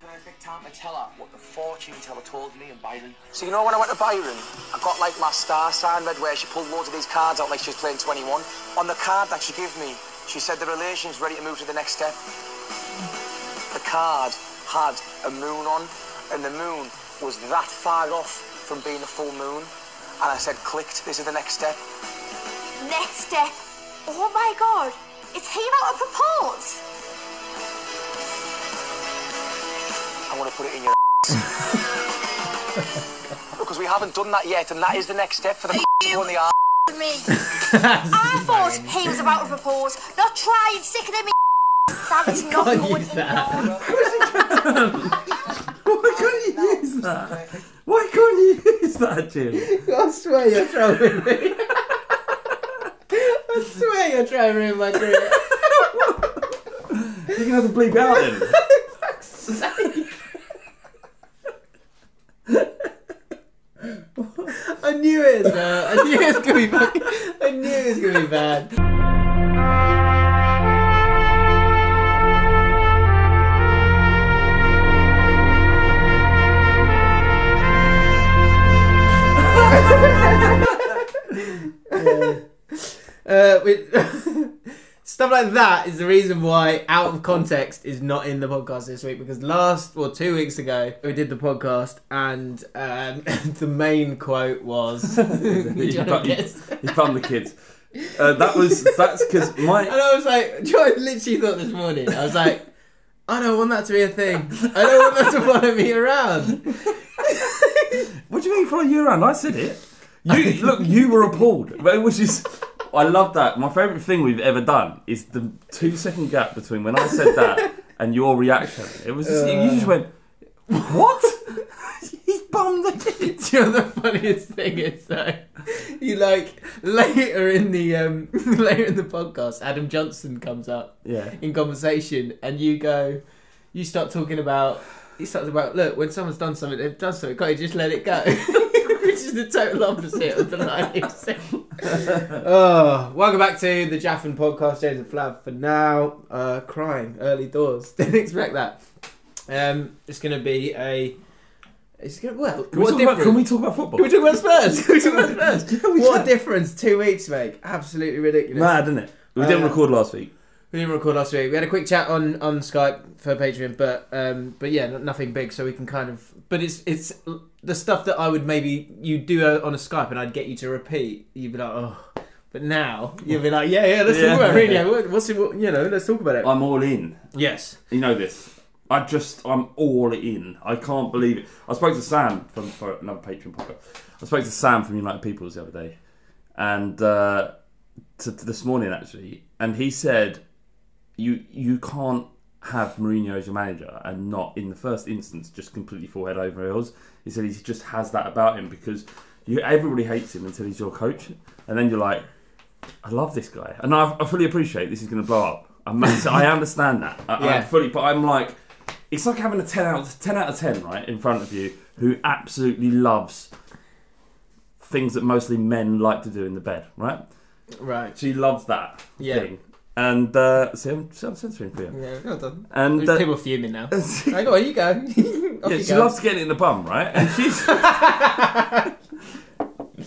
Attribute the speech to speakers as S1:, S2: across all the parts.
S1: And I picked out my teller, what the fortune teller told me in Byron. So you know when I went to Byron, I got like my star sign read where she pulled loads of these cards out like she was playing 21. On the card that she gave me, she said the relation's ready to move to the next step. The card had a moon on, and the moon was that far off from being a full moon. And I said, clicked, this is the next step.
S2: Next step. Oh my god. Is he about to propose?
S1: I'm going to put it in your Because we haven't done that yet, and that is the next step for the to go in the arse.
S2: With me. I thought he was about to propose, not trying sick of me. That is not
S3: Can't
S2: going
S3: use
S2: in
S3: that.
S2: order.
S3: Why can't you use that? Why can't you use that, Jim?
S4: I swear you're trolling me. I swear you're trying to ruin my career.
S3: You can have to bleep it out then.
S4: I knew it. Uh, I knew it was gonna be bad. I knew it was gonna be bad. Uh, we- stuff like that is the reason why out of context is not in the podcast this week because last well two weeks ago we did the podcast and um, the main quote was
S3: You
S4: wanna
S3: bum-
S4: guess?
S3: You bum the kids. Uh, that was that's because
S4: And
S3: my
S4: I was like, Joe, I literally thought this morning, I was like, I don't want that to be a thing. I don't want that to follow me around.
S3: what do you mean follow you around? I said it. You look, you were appalled, but it was just. I love that. My favourite thing we've ever done is the two second gap between when I said that and your reaction. It was just, you just went, what? He's bummed the kids.
S4: Do you know the funniest thing is though? You like later in the um later in the podcast, Adam Johnson comes up
S3: Yeah.
S4: in conversation and you go you start talking about you start about look, when someone's done something, they've done something, can't you just let it go? Which is the total opposite of the line you said. Oh, welcome back to the Jaffin podcast, James and Flav. For now, uh, crying early doors. Didn't expect that. Um, it's going to be a. It's going to well.
S3: Can we,
S4: what
S3: talk about,
S4: difference-
S3: can we talk about football?
S4: Can we talk about Spurs? Can we talk about Spurs?
S3: Yeah, we
S4: what
S3: can.
S4: difference two weeks make? Absolutely ridiculous.
S3: Mad, isn't it? We didn't
S4: Uh,
S3: record last week.
S4: We didn't record last week. We had a quick chat on, on Skype for Patreon, but um, but yeah, n- nothing big. So we can kind of. But it's it's the stuff that I would maybe you do uh, on a Skype, and I'd get you to repeat. You'd be like, oh. But now you'd be like, yeah, yeah, let's
S3: Yeah.
S4: talk about it. Really, What- what's it? What, you know, let's talk about it.
S3: I'm all in.
S4: yes.
S3: You know this. I just, I'm all in. I can't believe it. I spoke to Sam from for another Patreon podcast. I spoke to Sam from United Peoples the other day, and uh, to, to this morning actually, and he said, "You you can't have Mourinho as your manager and not in the first instance just completely forehead over heels." He said he just has that about him because you everybody hates him until he's your coach, and then you're like, "I love this guy," and I, I fully appreciate this is going to blow up. I'm, I understand that. I, I
S4: Yeah.
S3: fully, but I'm like, it's like having a ten out of ten out of ten right in front of you who absolutely loves things that mostly men like to do in the bed, right?
S4: Right.
S3: She loves that
S4: Yeah.
S3: thing. And uh, see, I'm, see, I'm censoring for you.
S4: Yeah, well done.
S3: And uh,
S4: People fuming now. Right, go on, you go. Off
S3: yeah,
S4: you
S3: she
S4: go.
S3: loves getting it in the bum, right? And she's.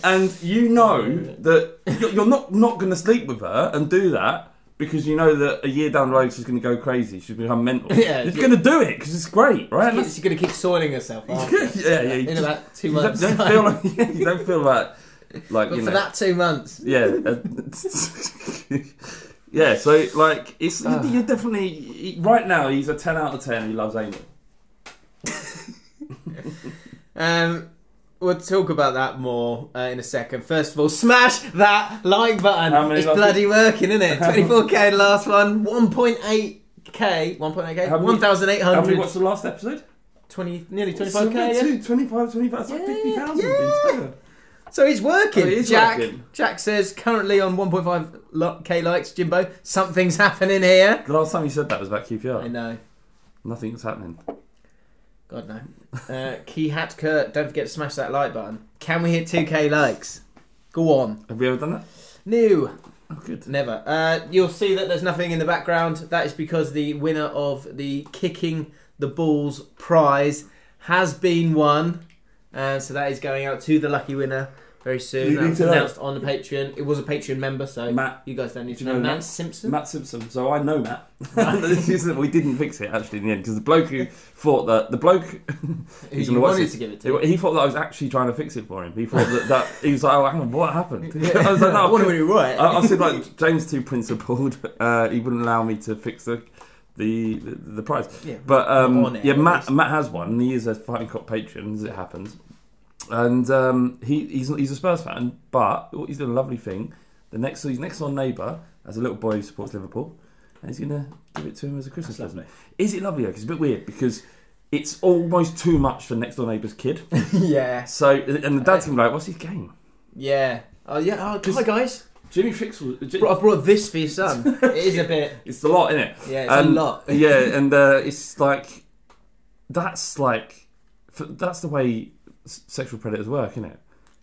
S3: and you know that you're you're not, not going to sleep with her and do that because you know that a year down the road she's going to go crazy. She's become mental.
S4: Yeah,
S3: she's
S4: yeah.
S3: going to do it because it's great, right? And
S4: She's going to keep soiling herself. after.
S3: that's- yeah, yeah. You
S4: In
S3: just-
S4: about two
S3: you don't,
S4: months.
S3: don't
S4: time.
S3: feel like yeah, you don't feel like like
S4: but
S3: you
S4: for
S3: know
S4: that two months,
S3: yeah. uh, yeah, so like it's you- you're definitely he- right now he's a 10 out of 10 he loves Amy.
S4: um, we'll talk about that more uh, in a second. First of all, smash that like button.
S3: How many
S4: It's
S3: likes-
S4: bloody working, isn't it? 24k the last one, 1.8k, 1.8k,
S3: How many- How many
S4: 1,800,
S3: what's the last episode?
S4: 20, nearly 25k.
S3: Something
S4: yeah?
S3: too, 25, 25, it's like 50,000 in total.
S4: So he's working.
S3: Oh, he is
S4: Jack,
S3: working.
S4: Jack says currently on 1.5k likes, Jimbo. Something's happening here.
S3: The last time you said that was about
S4: I
S3: QPR.
S4: know.
S3: Nothing's happening.
S4: God no. Uh, Key Hat Kurt, don't forget to smash that like button. Can we hit 2k likes? Go on.
S3: Have we ever done that?
S4: New.
S3: Oh, good.
S4: Never. Uh, you'll see that there's nothing in the background. That is because the winner of the Kicking the Balls prize has been won. Uh, so that is going out to the lucky winner very soon.
S3: You
S4: That
S3: need
S4: was
S3: to know.
S4: announced on the Patreon. It was a Patreon member, so
S3: Matt-
S4: you guys don't need to
S3: Do
S4: know.
S3: you know
S4: Matt
S3: Matt-
S4: Simpson?
S3: Matt Simpson. So I know Matt. This is- we didn't fix it actually in the end because the bloke who thought that the bloke
S4: Who
S3: He's
S4: you
S3: gonna watch
S4: wanted
S3: this.
S4: to give it to.
S3: He, he thought that I was actually trying to fix it for him. He thought that, that he was like, "Oh, hang on, what happened?" I was like, "No,
S4: I wonder when you were right."
S3: I, I said like James too principled. Uh, he wouldn't allow me to fix the the the, the prize.
S4: Yeah,
S3: but
S4: on
S3: um,
S4: it,
S3: yeah,
S4: at
S3: Matt
S4: least.
S3: Matt has one. and He is a fighting cop patron, as it happens, and um, he he's he's a Spurs fan. But oh, he's done a lovely thing. The next his next door neighbour has a little boy who supports Liverpool, and he's gonna give it to him as a Christmas present. Is it lovely? though? 'Cause it's a bit weird because. It's almost too much for next door neighbour's kid.
S4: yeah.
S3: So, and the dad's gonna be like, "What's his game?"
S4: Yeah. Oh, yeah. Oh, hi, guys.
S3: Jimmy Fixel. Ji-
S4: Bro, I brought this for your son. it is a bit.
S3: It's a lot, isn't it?
S4: Yeah, it's a lot.
S3: yeah, and uh, it's like that's like f- that's the way s- sexual predators work, isn't it?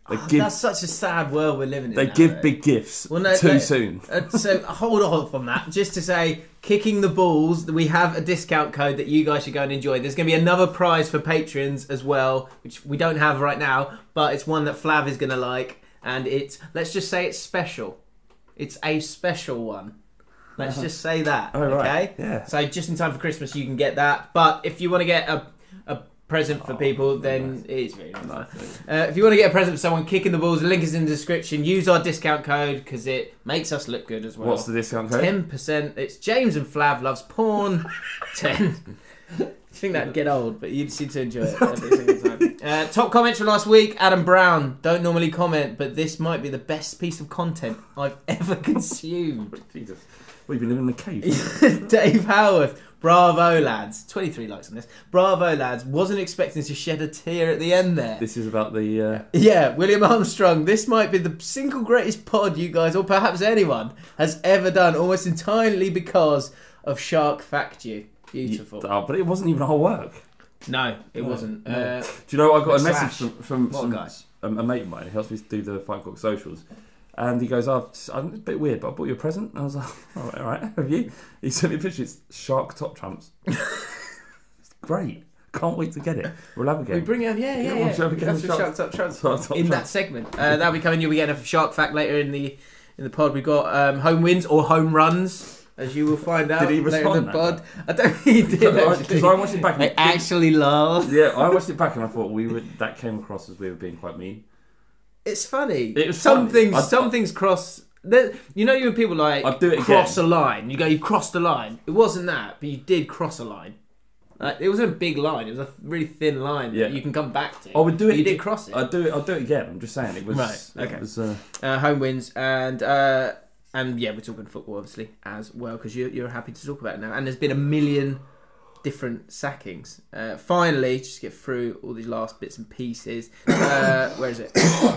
S3: They give
S4: Ah, That's such a sad world we're living in.
S3: they
S4: now,
S3: give
S4: though.
S3: big gifts
S4: Well, no,
S3: too
S4: no,
S3: soon.
S4: uh, so hold off on that. Just to say, kicking the balls, we have a discount code that you guys should go and enjoy. There's going to be another prize for patrons as well, which we don't have right now, but it's one that Flav is going to like, and it's let's just say it's special. It's a special one. Let's just say that.
S3: Oh, right.
S4: Okay.
S3: Yeah.
S4: So just in time for Christmas, you can get that. But if you want to get a a present
S3: Oh,
S4: for people, then it's very nice. Uh, if you want to get a present for someone, kicking the balls. The link is in the description. Use our discount code because it makes us look good as well.
S3: What's the discount code?
S4: Ten percent. It's James and Flav loves porn. Ten. I think that'd get old, but you'd seem to enjoy it every single time. Uh, top comments from last week: Adam Brown. Don't normally comment, but this might be the best piece of content I've ever consumed.
S3: Jesus, we've been living in a cave.
S4: Dave Howarth. Bravo, lads. 23 likes on this. Bravo, lads. Wasn't expecting to shed a tear at the end there.
S3: this is about the uh,
S4: Yeah, William Armstrong. This might be the single greatest pod you guys, or perhaps anyone, has ever done, almost entirely because of Shark Fact You. Beautiful.
S3: Oh, but it wasn't even our work.
S4: no, it wasn't. Uh,
S3: Do you know I got a
S4: Slash.
S3: message from from
S4: What
S3: some,
S4: guy?
S3: um, a mate of mine who helps me do the Fight Cock socials, and he goes, oh, it's- "I'm a bit weird, but I bought you a present." And I was like, "All right, all right have you?" He sent me a picture. It's shark top trumps. it's great. Can't wait to get it. We'll have a game.
S4: we bring it up, yeah,
S3: Yeah,
S4: yeah,
S3: we'll
S4: yeah.
S3: show the
S4: That's
S3: Shark-
S4: Shark Top Trans-
S3: Shark Top
S4: in that
S3: Trans.
S4: segment. Uh, that'll be coming. You'll be getting a Shark Fact later in the in the pod. We've got um, home wins or home runs, as you will find out
S3: he
S4: later in
S3: respond that
S4: the pod. I don't think he did.
S3: Because I
S4: actually.
S3: watched it back.
S4: I
S3: and-
S4: actually love.
S3: yeah, I watched it back and I thought we were that came across as we were being quite mean.
S4: It's funny.
S3: It was
S4: some
S3: funny.
S4: things.
S3: I-
S4: some things cross. there- You know, when people like
S3: I'd do it
S4: cross
S3: again.
S4: a line. You go, you crossed the line. It wasn't that, but you did cross a line. Like, it wasn't a big line. It was a really thin line
S3: Yeah.
S4: that you can come back to.
S3: I would do it.
S4: But you
S3: ag-
S4: did cross it.
S3: I'd do it. I'd do it again. I'm just saying it was.
S4: Right, okay.
S3: It was, uh,
S4: Uh, home wins and. Uh, and yeah, we're talking football obviously as well because you're, you're happy to talk about it now. And there's been a million different sackings. Uh, finally, just get through all these last bits and pieces. Uh, where is it?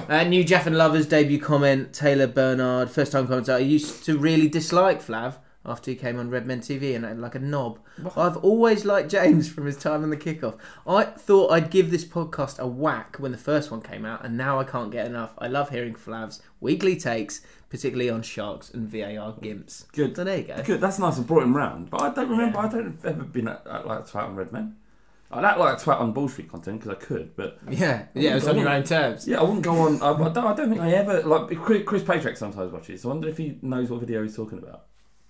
S4: Uh, new Jeff and Lovers debut comment. Taylor Bernard, first time commenter. I used to really dislike Flav. after he came on Red Men TV and acted like a knob. I've always liked James from his time on the kickoff. I thought I'd give this podcast a whack when the first one came out, and now I can't get enough. I love hearing Flav's weekly takes, particularly on sharks and VAR gimps.
S3: Good.
S4: So there you go.
S3: Good. That's nice. I brought him round, but I don't remember. I don't have ever been at, at like a twat on Red Men. I'd act like a twat on Bull Street content because I could, but
S4: Yeah, yeah, it was on your own terms.
S3: yeah, I wouldn't go on. I, I, don't, I don't think I ever like Chris, Chris Patrick sometimes watches. So I wonder if he knows what video he's talking about.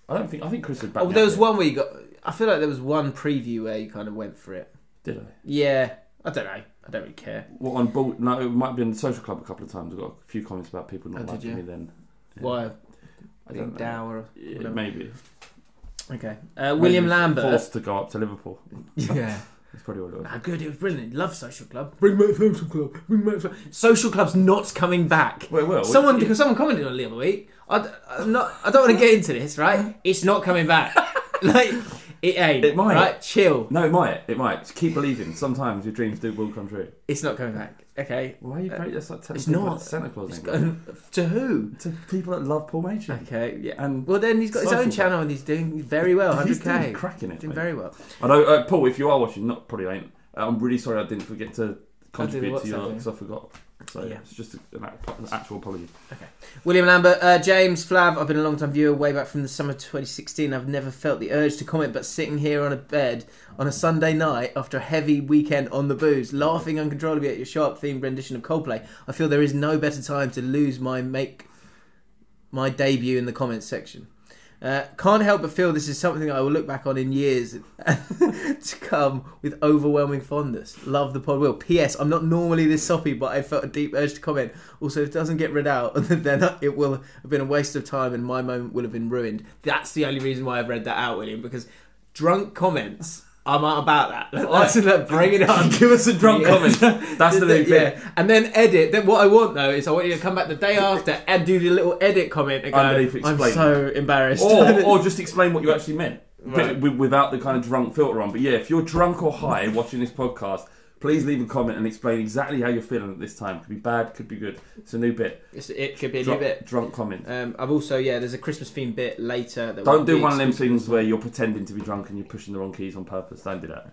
S3: I don't think. I think Chris would back.
S4: Oh,
S3: me
S4: there
S3: up
S4: was
S3: here.
S4: one where you got. I feel like there was one preview where you kind of went for it.
S3: Did I?
S4: Yeah, I don't know. I don't really care.
S3: What on Bull? No, it might have been the Social Club a couple of times. I got a few comments about people not
S4: Oh, did
S3: liking
S4: you?
S3: me then.
S4: Why?
S3: I don't know.
S4: Dower. or
S3: Yeah,
S4: whatever.
S3: maybe
S4: Okay. Uh, William
S3: Maybe
S4: Lambert.
S3: forced to go up to Liverpool.
S4: Yeah.
S3: That's probably what it was.
S4: Ah, good. It was brilliant. Love social club. Bring back social club. Bring back so- social club's not coming back.
S3: Well, it will.
S4: someone
S3: It-
S4: because someone commented on it the other week. I, d- I'm not. I don't want to get into this. Right? It's not coming back. like it ain't.
S3: It might.
S4: Right? Chill.
S3: No, it might. It might. Just keep believing. Sometimes your dreams do will come true.
S4: It's not coming back. Okay.
S3: Why are you? that's like telling
S4: Uh, It's
S3: people
S4: not.
S3: it's Santa Claus.
S4: It's
S3: ain't
S4: got- to who?
S3: to people that love Paul Matron.
S4: Okay, yeah.
S3: And
S4: well, then he's got his
S3: social
S4: own
S3: club.
S4: channel and he's doing very well. 100k,
S3: He's doing cracking it,
S4: doing
S3: mate.
S4: very well.
S3: I know, uh, Paul. If you are watching, not probably ain't. Uh, I'm really sorry I didn't forget to contribute
S4: WhatsApp
S3: to your
S4: thing.
S3: because I forgot. So
S4: Yeah.
S3: it's just an, act- an actual apology.
S4: William Lambert, uh, James Flav. I've been a long time viewer, way back from the summer of 2016. I've never felt the urge to comment, but sitting here on a bed on a Sunday night after a heavy weekend on the booze, laughing uncontrollably at your sharp themed rendition of Coldplay, I feel there is no better time to lose my make my debut in the comments section. Uh, can't help but feel this is something I will look back on in years to come with overwhelming fondness. Love the pod will. P.S. I'm not normally this soppy, but I felt a deep urge to comment. Also, if it doesn't get read out, then it will have been a waste of time and my moment will have been ruined. That's the only reason why I've read that out, William, because drunk comments. I'm not about that. That's like, bring it on.
S3: Give us a drunk comment. That's the new thing.
S4: And then edit. Then what I want though is I want you to come back the day after and do the little edit comment and go,
S3: Underneath
S4: I'm
S3: explain."
S4: so embarrassed.
S3: Or, or just explain what you actually meant but
S4: Right.
S3: with- without the kind of drunk filter on. But yeah, if you're drunk or high watching this podcast, please leave a comment and explain exactly how you're feeling at this time. Could be bad, could be good. It's a new bit.
S4: It's- it could be a
S3: Drunk,
S4: new bit.
S3: drunk comment.
S4: Um, I've also yeah, there's a Christmas themed bit later. That
S3: Don't
S4: won't
S3: do
S4: be
S3: one of them
S4: exclusive.
S3: things where you're pretending to be drunk and you're pushing the wrong keys on purpose. Don't do that.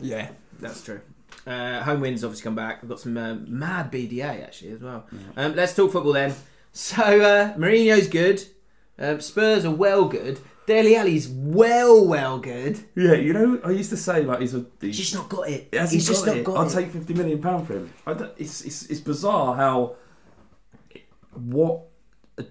S4: Yeah, that's true. Uh, home wins obviously come back. We've got some um, mad BDA actually as well. Um, let's talk football then. So uh, Mourinho's good. Um, Spurs are well good. Deli Ali's well well good.
S3: Yeah, you know, I used to say like he's a. He's,
S4: He's just not got it.
S3: he hasn't
S4: He's just
S3: got
S4: not
S3: it.
S4: got
S3: I'll
S4: it.
S3: take fifty million pound for him. I don't- it's, it's it's bizarre how what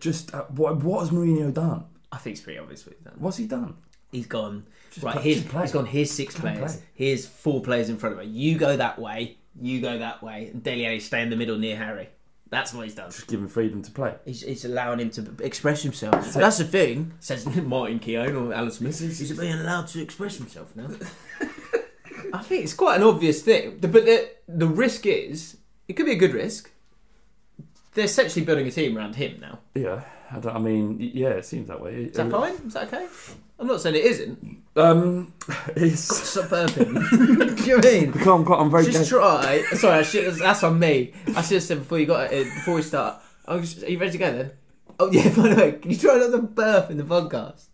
S3: just uh, what what has Mourinho done?
S4: I think it's pretty obvious what he's done.
S3: What's he done?
S4: He's gone. right,
S3: play-
S4: here's,
S3: just play.
S4: he's gone. Here's six
S3: Go and
S4: players.
S3: play.
S4: Here's four players in front of her. You go that way. You go that way. And Deli Ali stay in the middle near Harry. That's what he's done.
S3: Just give him freedom to play.
S4: He's, he's allowing him to express himself. That's the thing, says Martin Keown or Alan Smith. He's being allowed to express himself now. I think it's quite an obvious thing, The- but the the risk is it could be a good risk. They're essentially building a team around him now.
S3: Yeah, I, don't- I mean, y- yeah, it seems that way. Uh,
S4: Is that fine? Is that okay? I'm not saying it isn't.
S3: Um, it's.
S4: Stop burping. Do you know what I mean?
S3: I'm, quite, I'm very.
S4: Just
S3: gay.
S4: try. Sorry, I should, that's on me. I should have said before you got it, before we start. Oh, sh- are you ready to go then? Oh yeah. By the way, can you try not to burp in the podcast?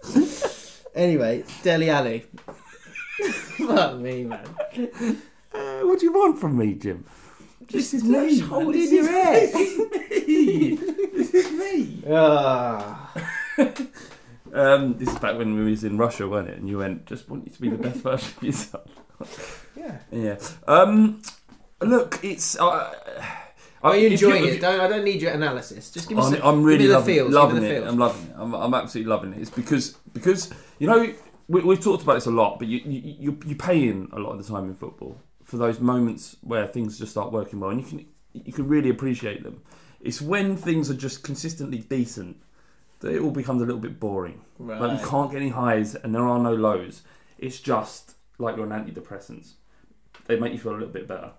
S4: anyway, Deli Alley. Fuck me, man.
S3: Uh, what do you want from me, Jim? This is me.
S4: Just
S3: man.
S4: hold
S3: This
S4: in your
S3: is
S4: head.
S3: me. This is me.
S4: Ah.
S3: Um, this is back when we was in Russia, weren't it? And you went, just want you to be the best version of yourself.
S4: Yeah.
S3: yeah. Um, look, it's. Uh,
S4: Are you
S3: if you-
S4: enjoying
S3: if
S4: it? Don't, I don't need your analysis. Just give me.
S3: I'm,
S4: some,
S3: I'm really
S4: give me
S3: loving,
S4: the feels,
S3: loving
S4: give me the
S3: it.
S4: feels.
S3: I'm loving it. I'm, I'm absolutely loving it. It's because because you know we, we've talked about this a lot, but you you you- you pay in a lot of the time in football for those moments where things just start working well, and you can you can really appreciate them. It's when things are just consistently decent that it all becomes a little bit boring. Like
S4: Right.
S3: you can't get any highs and there are no lows. It's just like you're on antidepressants. They make you feel a little bit better,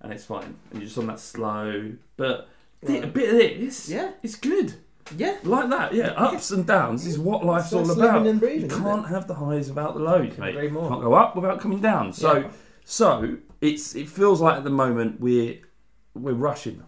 S3: and it's fine. And you're just on that slow, but thi- a bit of this,
S4: Yeah.
S3: it's good.
S4: Yeah.
S3: Like that, yeah. Ups and downs is what life's
S4: That's
S3: all
S4: living
S3: about.
S4: and breathing,
S3: you
S4: isn't
S3: can't have the highs without the lows, mate.
S4: agree more.
S3: Can't go up without coming down. So,
S4: Yeah.
S3: so it's it feels like at the moment we're we're rushing.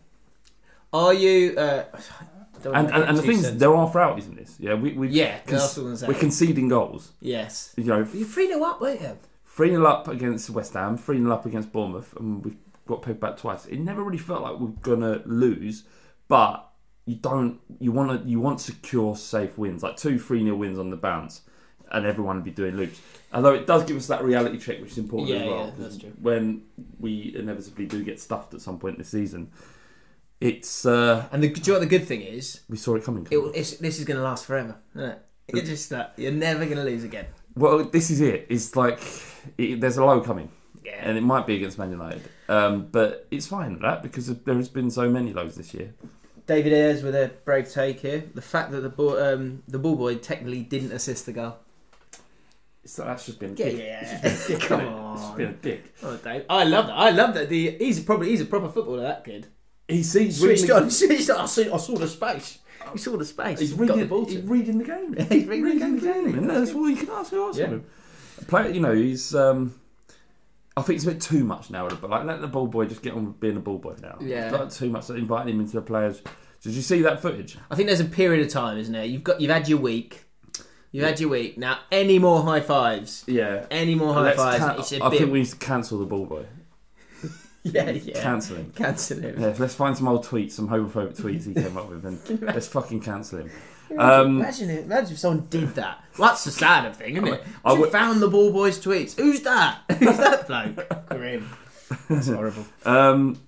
S4: Are you? Uh,
S3: And,
S4: Don't wanna
S3: and,
S4: get
S3: and the
S4: too
S3: thing is,
S4: sensitive.
S3: there are frailties in this. Yeah, we we
S4: Yeah, that's what I'm saying.
S3: we're conceding goals.
S4: yes,
S3: You know,
S4: you three 0 up, weren't you?
S3: 3 0 up against West Ham, 3 0 up against Bournemouth, and we've got pegged back twice. It never really felt like we we're gonna lose, but you don't you wanna you want secure, safe wins, like two 3 0 wins on the bounce, and everyone would be doing loops. Although it does give us that reality check which is important
S4: Yeah,
S3: as well.
S4: yeah, that's
S3: 'cause
S4: true.
S3: When we inevitably do get stuffed at some point this season, it's uh,
S4: And the, do you know what the good thing is?
S3: we saw it coming.
S4: It, will- it's, this is going to last forever. Isn't it? You're just that. You're never going to lose again.
S3: Well, this is it. It's like it, there's a low coming,
S4: Yeah.
S3: and it might be against Man United, um, but it's fine with that because there has been so many lows this year.
S4: David Ayres with a brave take here. The fact that the ball, um, the ball boy technically didn't assist the goal.
S3: So that's just been a
S4: Yeah,
S3: dick.
S4: yeah.
S3: It's just been a dick,
S4: Come
S3: isn't it? It's just been a dick.
S4: Oh, Dave. I love that. I love that. The he's probably he's a proper footballer. That kid.
S3: He sees
S4: Switched
S3: reading
S4: on. Switched on. I saw, I saw the space. He saw the space.
S3: He's
S4: got
S3: reading
S4: the ball.
S3: He's
S4: to him.
S3: reading the game.
S4: Yeah, he's reading the game, isn't he?
S3: and that's all you can ask for.
S4: Yeah.
S3: Yeah. Player, you know, he's. Um, I think it's a bit too much now, but like let the ball boy just get on with being a ball boy now.
S4: Yeah.
S3: It's not too much inviting him into the players. Did you see that footage?
S4: I think there's a period of time, isn't there? You've got you've had your week. You've had your week. Now any more high fives?
S3: Yeah.
S4: Any more high
S3: Let's
S4: fives?
S3: can-
S4: it's a
S3: I
S4: bit.
S3: think we need to cancel the ball boy.
S4: yeah, yeah.
S3: Cancel him.
S4: Cancel him.
S3: Yeah, let's find some old tweets, some homophobic tweets he came up with, and let's fucking cancel him. Um,
S4: Imagine it. Imagine if someone did that. Well, that's the sad of thing, isn't it?
S3: I
S4: I
S3: would-
S4: found the ball boys' tweets. Who's that? Who's that bloke? Grim. That's horrible.
S3: um,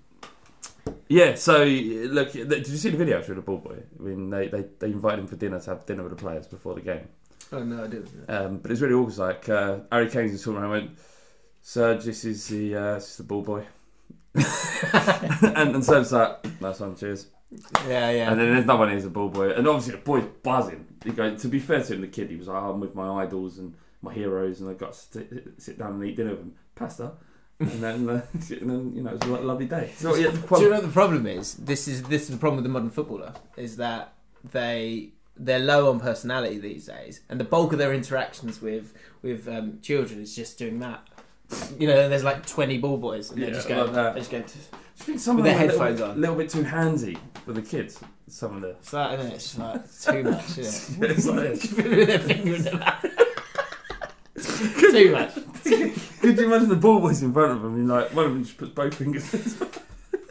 S3: yeah, so look, th- did you see the video through the ball boy? I mean, they, they, they invited him for dinner to have dinner with the players before the game.
S4: Oh no, I didn't.
S3: Um, but it's really awkward. Like uh, Harry Kane's just talking around. and Went, Serge, this is the uh, this is the ball boy, and and Serge's like, nice one, cheers.
S4: Yeah, yeah.
S3: And then there's no one here's a ball boy. And obviously the boy's buzzing. He goes, to be fair to him, the kid, he was like, oh, I'm with my idols and my heroes and I got to sit, sit down and eat dinner with them. Pasta. And then, uh, and then you know, it was a lo- lovely day. So, yeah,
S4: Do you know what the problem is? This is this is the problem with the modern footballer is that they they're low on personality these days, and the bulk of their interactions with with um, children is just doing that. You know, there's like twenty ball boys, and they
S3: Yeah,
S4: just go,
S3: like that.
S4: they just go.
S3: I think some of
S4: With
S3: them
S4: their
S3: are a
S4: headphones
S3: little,
S4: on.
S3: little bit too handsy for the kids. Some of the.
S4: It's that, isn't it? It's just like too much. Isn't it?
S3: It's like-
S4: Just putting their finger in their mouth. too much.
S3: Could you imagine the ball boys in front of him? And like one of them just puts both fingers. in his mouth.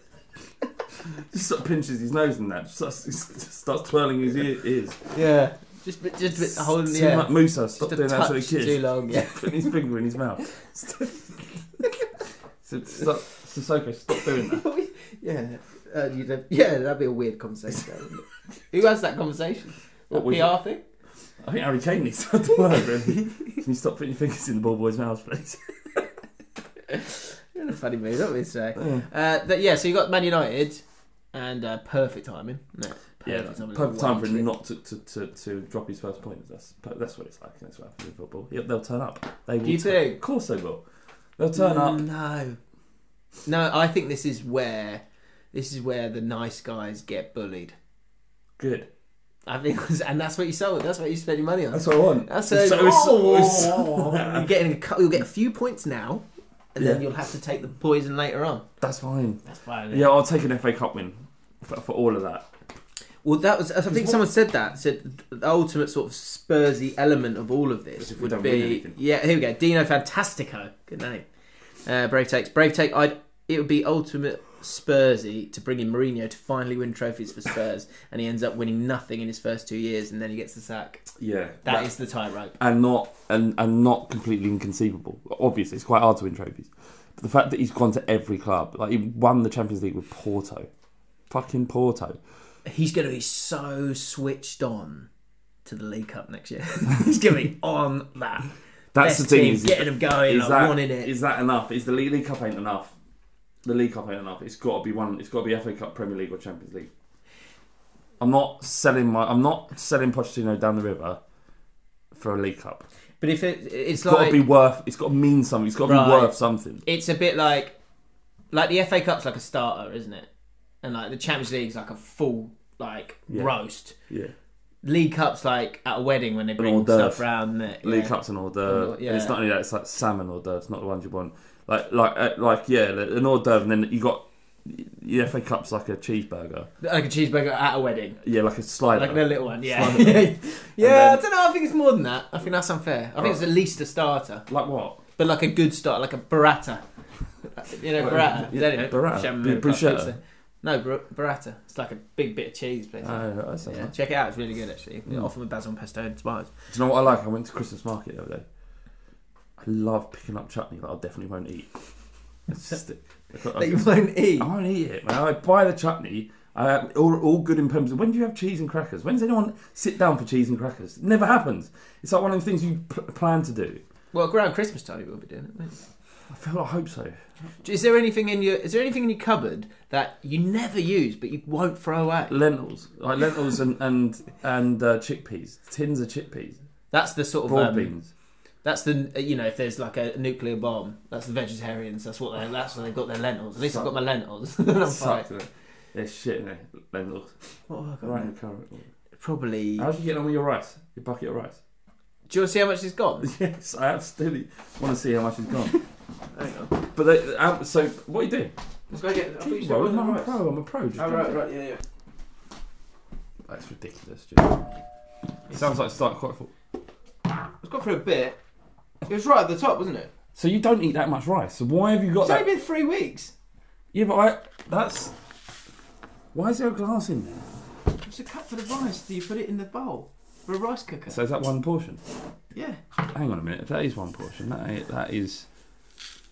S3: just sort of pinches his nose and that. Just starts, just starts twirling his ear, ears.
S4: Yeah. Just bit, just bit holding
S3: Too
S4: the air.
S3: much Musa, stop
S4: Just a
S3: doing that to the
S4: touch
S3: kids.
S4: too long. Yeah.
S3: putting his finger in his mouth. so, stop, Sissoko, stop doing that.
S4: Yeah, uh, you'd have, yeah, that'd be a weird conversation. wouldn't it? Who has that conversation?
S3: What
S4: That
S3: was
S4: PR thing?
S3: I think Harry Kane needs to have the word, really. Can you stop putting your fingers in the ball boy's mouth, please?
S4: You're in a funny mood, aren't we today? Uh, that, yeah, so you got Man United and uh, perfect timing. No, perfect timing.
S3: perfect time for
S4: Wow,
S3: him not to, to, to, to drop his first point. That's that's what it's like. That's what happens in football. Yep, they'll turn up. They will
S4: you
S3: turn-
S4: think?
S3: Of course they will. They'll turn up.
S4: No, no. I think this is where this is where the nice guys get bullied.
S3: Good.
S4: I think, and that's what you sold. That's what you spent your money on.
S3: That's what I want.
S4: That's
S3: So
S4: a,
S3: it's-
S4: oh,
S3: it's-
S4: you're getting a, cou- you'll get a few points now, and then
S3: Yeah.
S4: you'll have to take the poison later on.
S3: That's fine.
S4: That's fine.
S3: Yeah, I'll take an FA Cup win for, for all of that.
S4: Well, that was. I think someone said that. Said the ultimate sort of Spursy element of all of this
S3: As if we
S4: would
S3: don't win
S4: be.
S3: anything.
S4: Yeah, here we go. Dino Fantastico. Good name. Uh, Brave takes. Brave take. I'd. It would be ultimate Spursy to bring in Mourinho to finally win trophies for Spurs, and he ends up winning nothing in his first two years, and then he gets the sack.
S3: Yeah.
S4: that is the tightrope.
S3: and not and, and not completely inconceivable. Obviously, it's quite hard to win trophies. But the fact that he's gone to every club, like he won the Champions League with Porto, fucking Porto.
S4: He's going to be so switched on to the League Cup next year. He's going to be on that.
S3: That's
S4: Best
S3: the thing.
S4: team,
S3: is,
S4: getting 'em going, like,
S3: that,
S4: wanting it.
S3: Is that enough? Is the League, League Cup ain't enough? The League Cup ain't enough. It's got to be one. It's got to be FA Cup, Premier League, or Champions League. I'm not selling my. I'm not selling Pochettino down the river for a League Cup.
S4: But if it, it's
S3: It's got
S4: like
S3: to be worth. It's got to mean something. It's got to
S4: Right.
S3: be worth something.
S4: it's a bit like like the FA Cup's like a starter, isn't it? And like the Champions League's like a full like roast.
S3: Yeah.
S4: League Cup's like at a wedding when they bring
S3: hors d'oeuvre.
S4: stuff round. Isn't it?
S3: League
S4: Yeah.
S3: Cups and hors d'oeuvre.
S4: Yeah.
S3: And it's not only that; it's like salmon hors d'oeuvres, not the ones you want. Like, like, uh, like, yeah, an hors d'oeuvre, and then you got the FA Cup's like a cheeseburger.
S4: Like a cheeseburger at a wedding.
S3: Yeah, like a slider.
S4: Like the little one, yeah.
S3: Slider.
S4: yeah,
S3: then-
S4: I don't know. I think it's more than that. I think that's unfair. I think it's at least a starter,
S3: like what?
S4: but like a good starter, like a burrata. You know, burrata.
S3: yeah,
S4: Is that
S3: burrata.
S4: it? Shall I remember
S3: Yeah,
S4: what I
S3: bruschetta.
S4: said? No, bur- burrata. It's like a big bit of cheese, basically.
S3: Uh, that sounds
S4: yeah,
S3: nice. Mm. Oh.
S4: check it out. It's really good, actually. Often with basil and pesto and tomatoes.
S3: Do you know what I like? I went to Christmas market the other day. I love picking up chutney that I definitely won't eat. It's just, I,
S4: That you won't eat.
S3: I won't eat it, man. I buy the chutney. Uh, all, all good in terms of when do you have cheese and crackers? When does anyone sit down for cheese and crackers? It never happens. It's like one of the things you p- plan to do.
S4: Well, around Christmas time, you will be doing it. won't you?
S3: I feel I hope so.
S4: Is there anything in your Is there anything in your cupboard that you never use but you won't throw away?
S3: Lentils, like lentils and and and uh, chickpeas, tins of chickpeas,
S4: That's the sort of
S3: broad
S4: um,
S3: beans.
S4: That's the you know if there's like a nuclear bomb, that's the vegetarians. That's what they that's where they've got their lentils. At least I've got my lentils. I'm fine.
S3: Sucks, innit? Yeah, shit, innit? Lentils.
S4: What have Oh, I got?
S3: Right, in the current.
S4: Probably.
S3: How's you getting on with your rice? Your bucket of rice?
S4: Do you want to see how much it's gone?
S3: Yes, I absolutely want to see how much is gone.
S4: Hang on.
S3: But they, um, so, what are you doing?
S4: Let's go get.
S3: Keep rolling. I'm a pro. I'm a pro. Just go.
S4: Oh, right, yeah, yeah.
S3: That's ridiculous. Jim. It sounds like start quite full.
S4: It's gone for a bit. It was right at the top, wasn't it?
S3: So you don't eat that much rice. So why have you got
S4: It's
S3: that?
S4: only been three weeks.
S3: Yeah, but I. That's. Why is there a glass in there?
S4: It's a cup for the rice. Do you put it in the bowl for a rice cooker?
S3: So is that one portion?
S4: yeah.
S3: Hang on a minute. If that is one portion, that i- that is.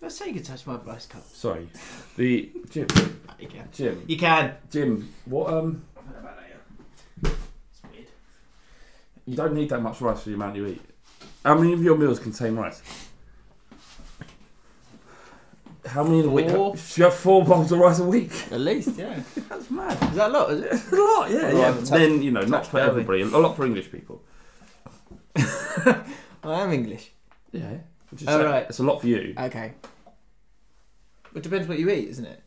S4: Let's say you can touch my rice cup.
S3: Sorry, the Jim,
S4: You can.
S3: Jim,
S4: You can.
S3: Jim. What um?
S4: It's weird.
S3: You don't need that much rice for the amount you eat. How many of your meals contain rice? How many in a week?
S4: Four.
S3: You have four bowls of rice a week.
S4: At least, yeah. Is
S3: That's mad.
S4: that a lot? Is it?
S3: It's a lot, yeah.
S4: Well,
S3: yeah.
S4: I'm a touch-
S3: then you know, not
S4: touch
S3: for
S4: nervy.
S3: everybody, a lot for English people.
S4: I am English.
S3: Yeah. Which is
S4: Oh,
S3: sad.
S4: right.
S3: It's a lot for you.
S4: Okay. It depends what you eat, isn't it?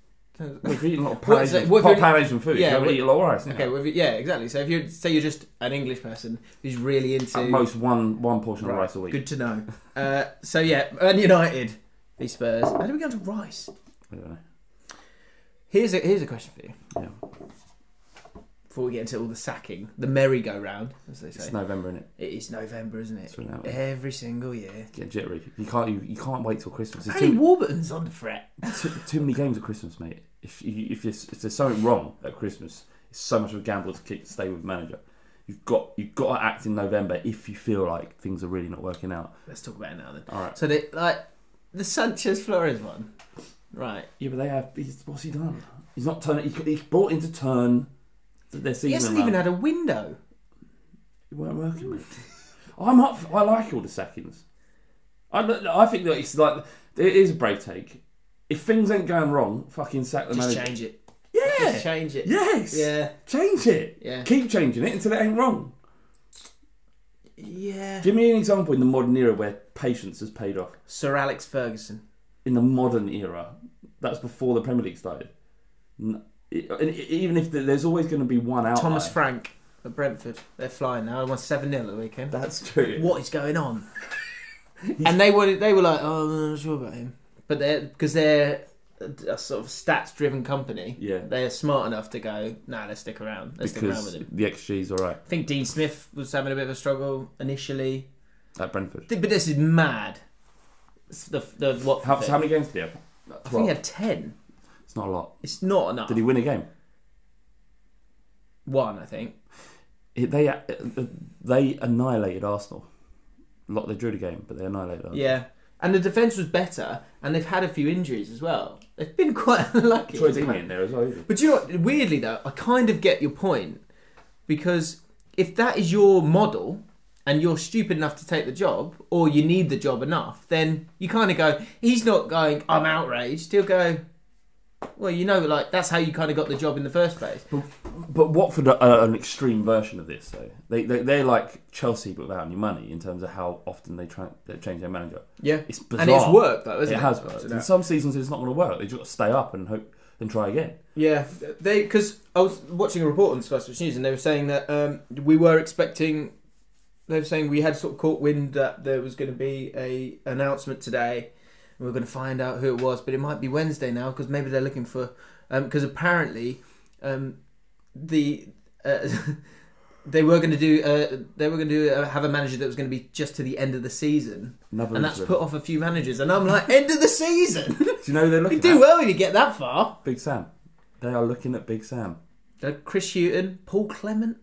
S3: We've eaten a lot of
S4: What's
S3: Pan-Asian,
S4: it- what if
S3: pot
S4: you're-
S3: Pan-Asian food.
S4: yeah,
S3: Yeah, you
S4: what-
S3: eat a lot of rice.
S4: Okay, well, if you- yeah, exactly. So if you say you're just an English person who's really into
S3: At most one one portion of rice a week.
S4: good to know. Uh, so yeah, Man United v Spurs. How do we go to Rice?
S3: I don't know.
S4: Here's a here's a question for you.
S3: Yeah.
S4: Before we get into all the sacking, the merry-go-round, as they say.
S3: It's November in it.
S4: it is November, isn't it?
S3: really happening.
S4: Every single year.
S3: Getting jittery. You can't you, you can't wait till Christmas. There's
S4: Only
S3: too,
S4: Warburton's on the fret.
S3: too, too many games at Christmas, mate. If you, if, there's, if there's something wrong at Christmas, it's so much of a gamble to keep, stay with the manager. You've got you've got to act in November if you feel like things are really not working out.
S4: Let's talk about it now then.
S3: All right.
S4: So they like the Sanchez Flores one, right?
S3: Yeah, but they have. He's, what's he done? He's not turning. He, he's brought into turn their season.
S4: He hasn't
S3: around.
S4: even had a window.
S3: It weren't working. mate. I'm up. For, I like all the sackings. I don't- I think that it's like it is a brave take. If things ain't going wrong, fucking sack the
S4: Just
S3: manager.
S4: change it.
S3: Yeah.
S4: Just change it.
S3: Yes.
S4: Yeah.
S3: Change it.
S4: Yeah.
S3: Keep changing it until it ain't wrong.
S4: Yeah.
S3: Give me an example in the modern era where patience has paid off.
S4: Sir Alex Ferguson.
S3: In the modern era, that's before the Premier League started. N- it- And it- even if the, there's always going to be one out.
S4: Thomas Frank at Brentford. They're flying now. They won 7 0 at the weekend.
S3: That's true.
S4: what is going on? and they were they were like, oh, I'm not sure about him. But they're because they're a a sort of stats driven company.
S3: Yeah.
S4: they're smart enough to go. Nah, let's stick around. Let's stick around with
S3: Because
S4: him.
S3: the XG's all right
S4: I think Dean Smith was having a bit of a struggle initially.
S3: at Brentford.
S4: Th- But this is mad. It's The the what?
S3: How, so how many games did he have?
S4: I think he had ten.
S3: It's not a lot.
S4: It's not enough.
S3: Did he win a game?
S4: One, I think.
S3: It- They uh, they annihilated Arsenal. Lot they drew the game, but they annihilated. Arsenal.
S4: Yeah. And the defence was better, and they've had a few injuries as well. They've been quite unlucky.
S3: Troy Deeney in there as well. Isn't he?
S4: But you know what? Weirdly, though, I kind of get your point because if that is your model and you're stupid enough to take the job or you need the job enough, then you kind of go, he's not going, I'm outraged. He'll go, well, you know, like that's how you kind of got the job in the first place.
S3: But Watford are an extreme version of this, though. They, they they're like Chelsea, but without any money in terms of how often they try they change their manager.
S4: Yeah.
S3: it's bizarre.
S4: And it's worked, though, hasn't it?
S3: has
S4: Up to
S3: worked.
S4: now.
S3: In some seasons, it's not going to work. They just got to stay up and hope and try again.
S4: Yeah, they because I was watching a report on Sky Sports News and they were saying that um, we were expecting. They were saying we had sort of caught wind that there was going to be a announcement today We're going to find out who it was, but it might be Wednesday now because maybe they're looking for. Because apparently, um, the uh, they were going to do uh, they were going to uh, have a manager that was going to be just to the end of the season,
S3: Another
S4: and that's
S3: interim.
S4: put off a few managers. And I'm like, end of the season.
S3: Do you know who they're
S4: you
S3: looking
S4: do
S3: at?
S4: well if you get that far.
S3: Big Sam. They are looking at Big Sam.
S4: Uh, Chris Hewton, Paul Clement.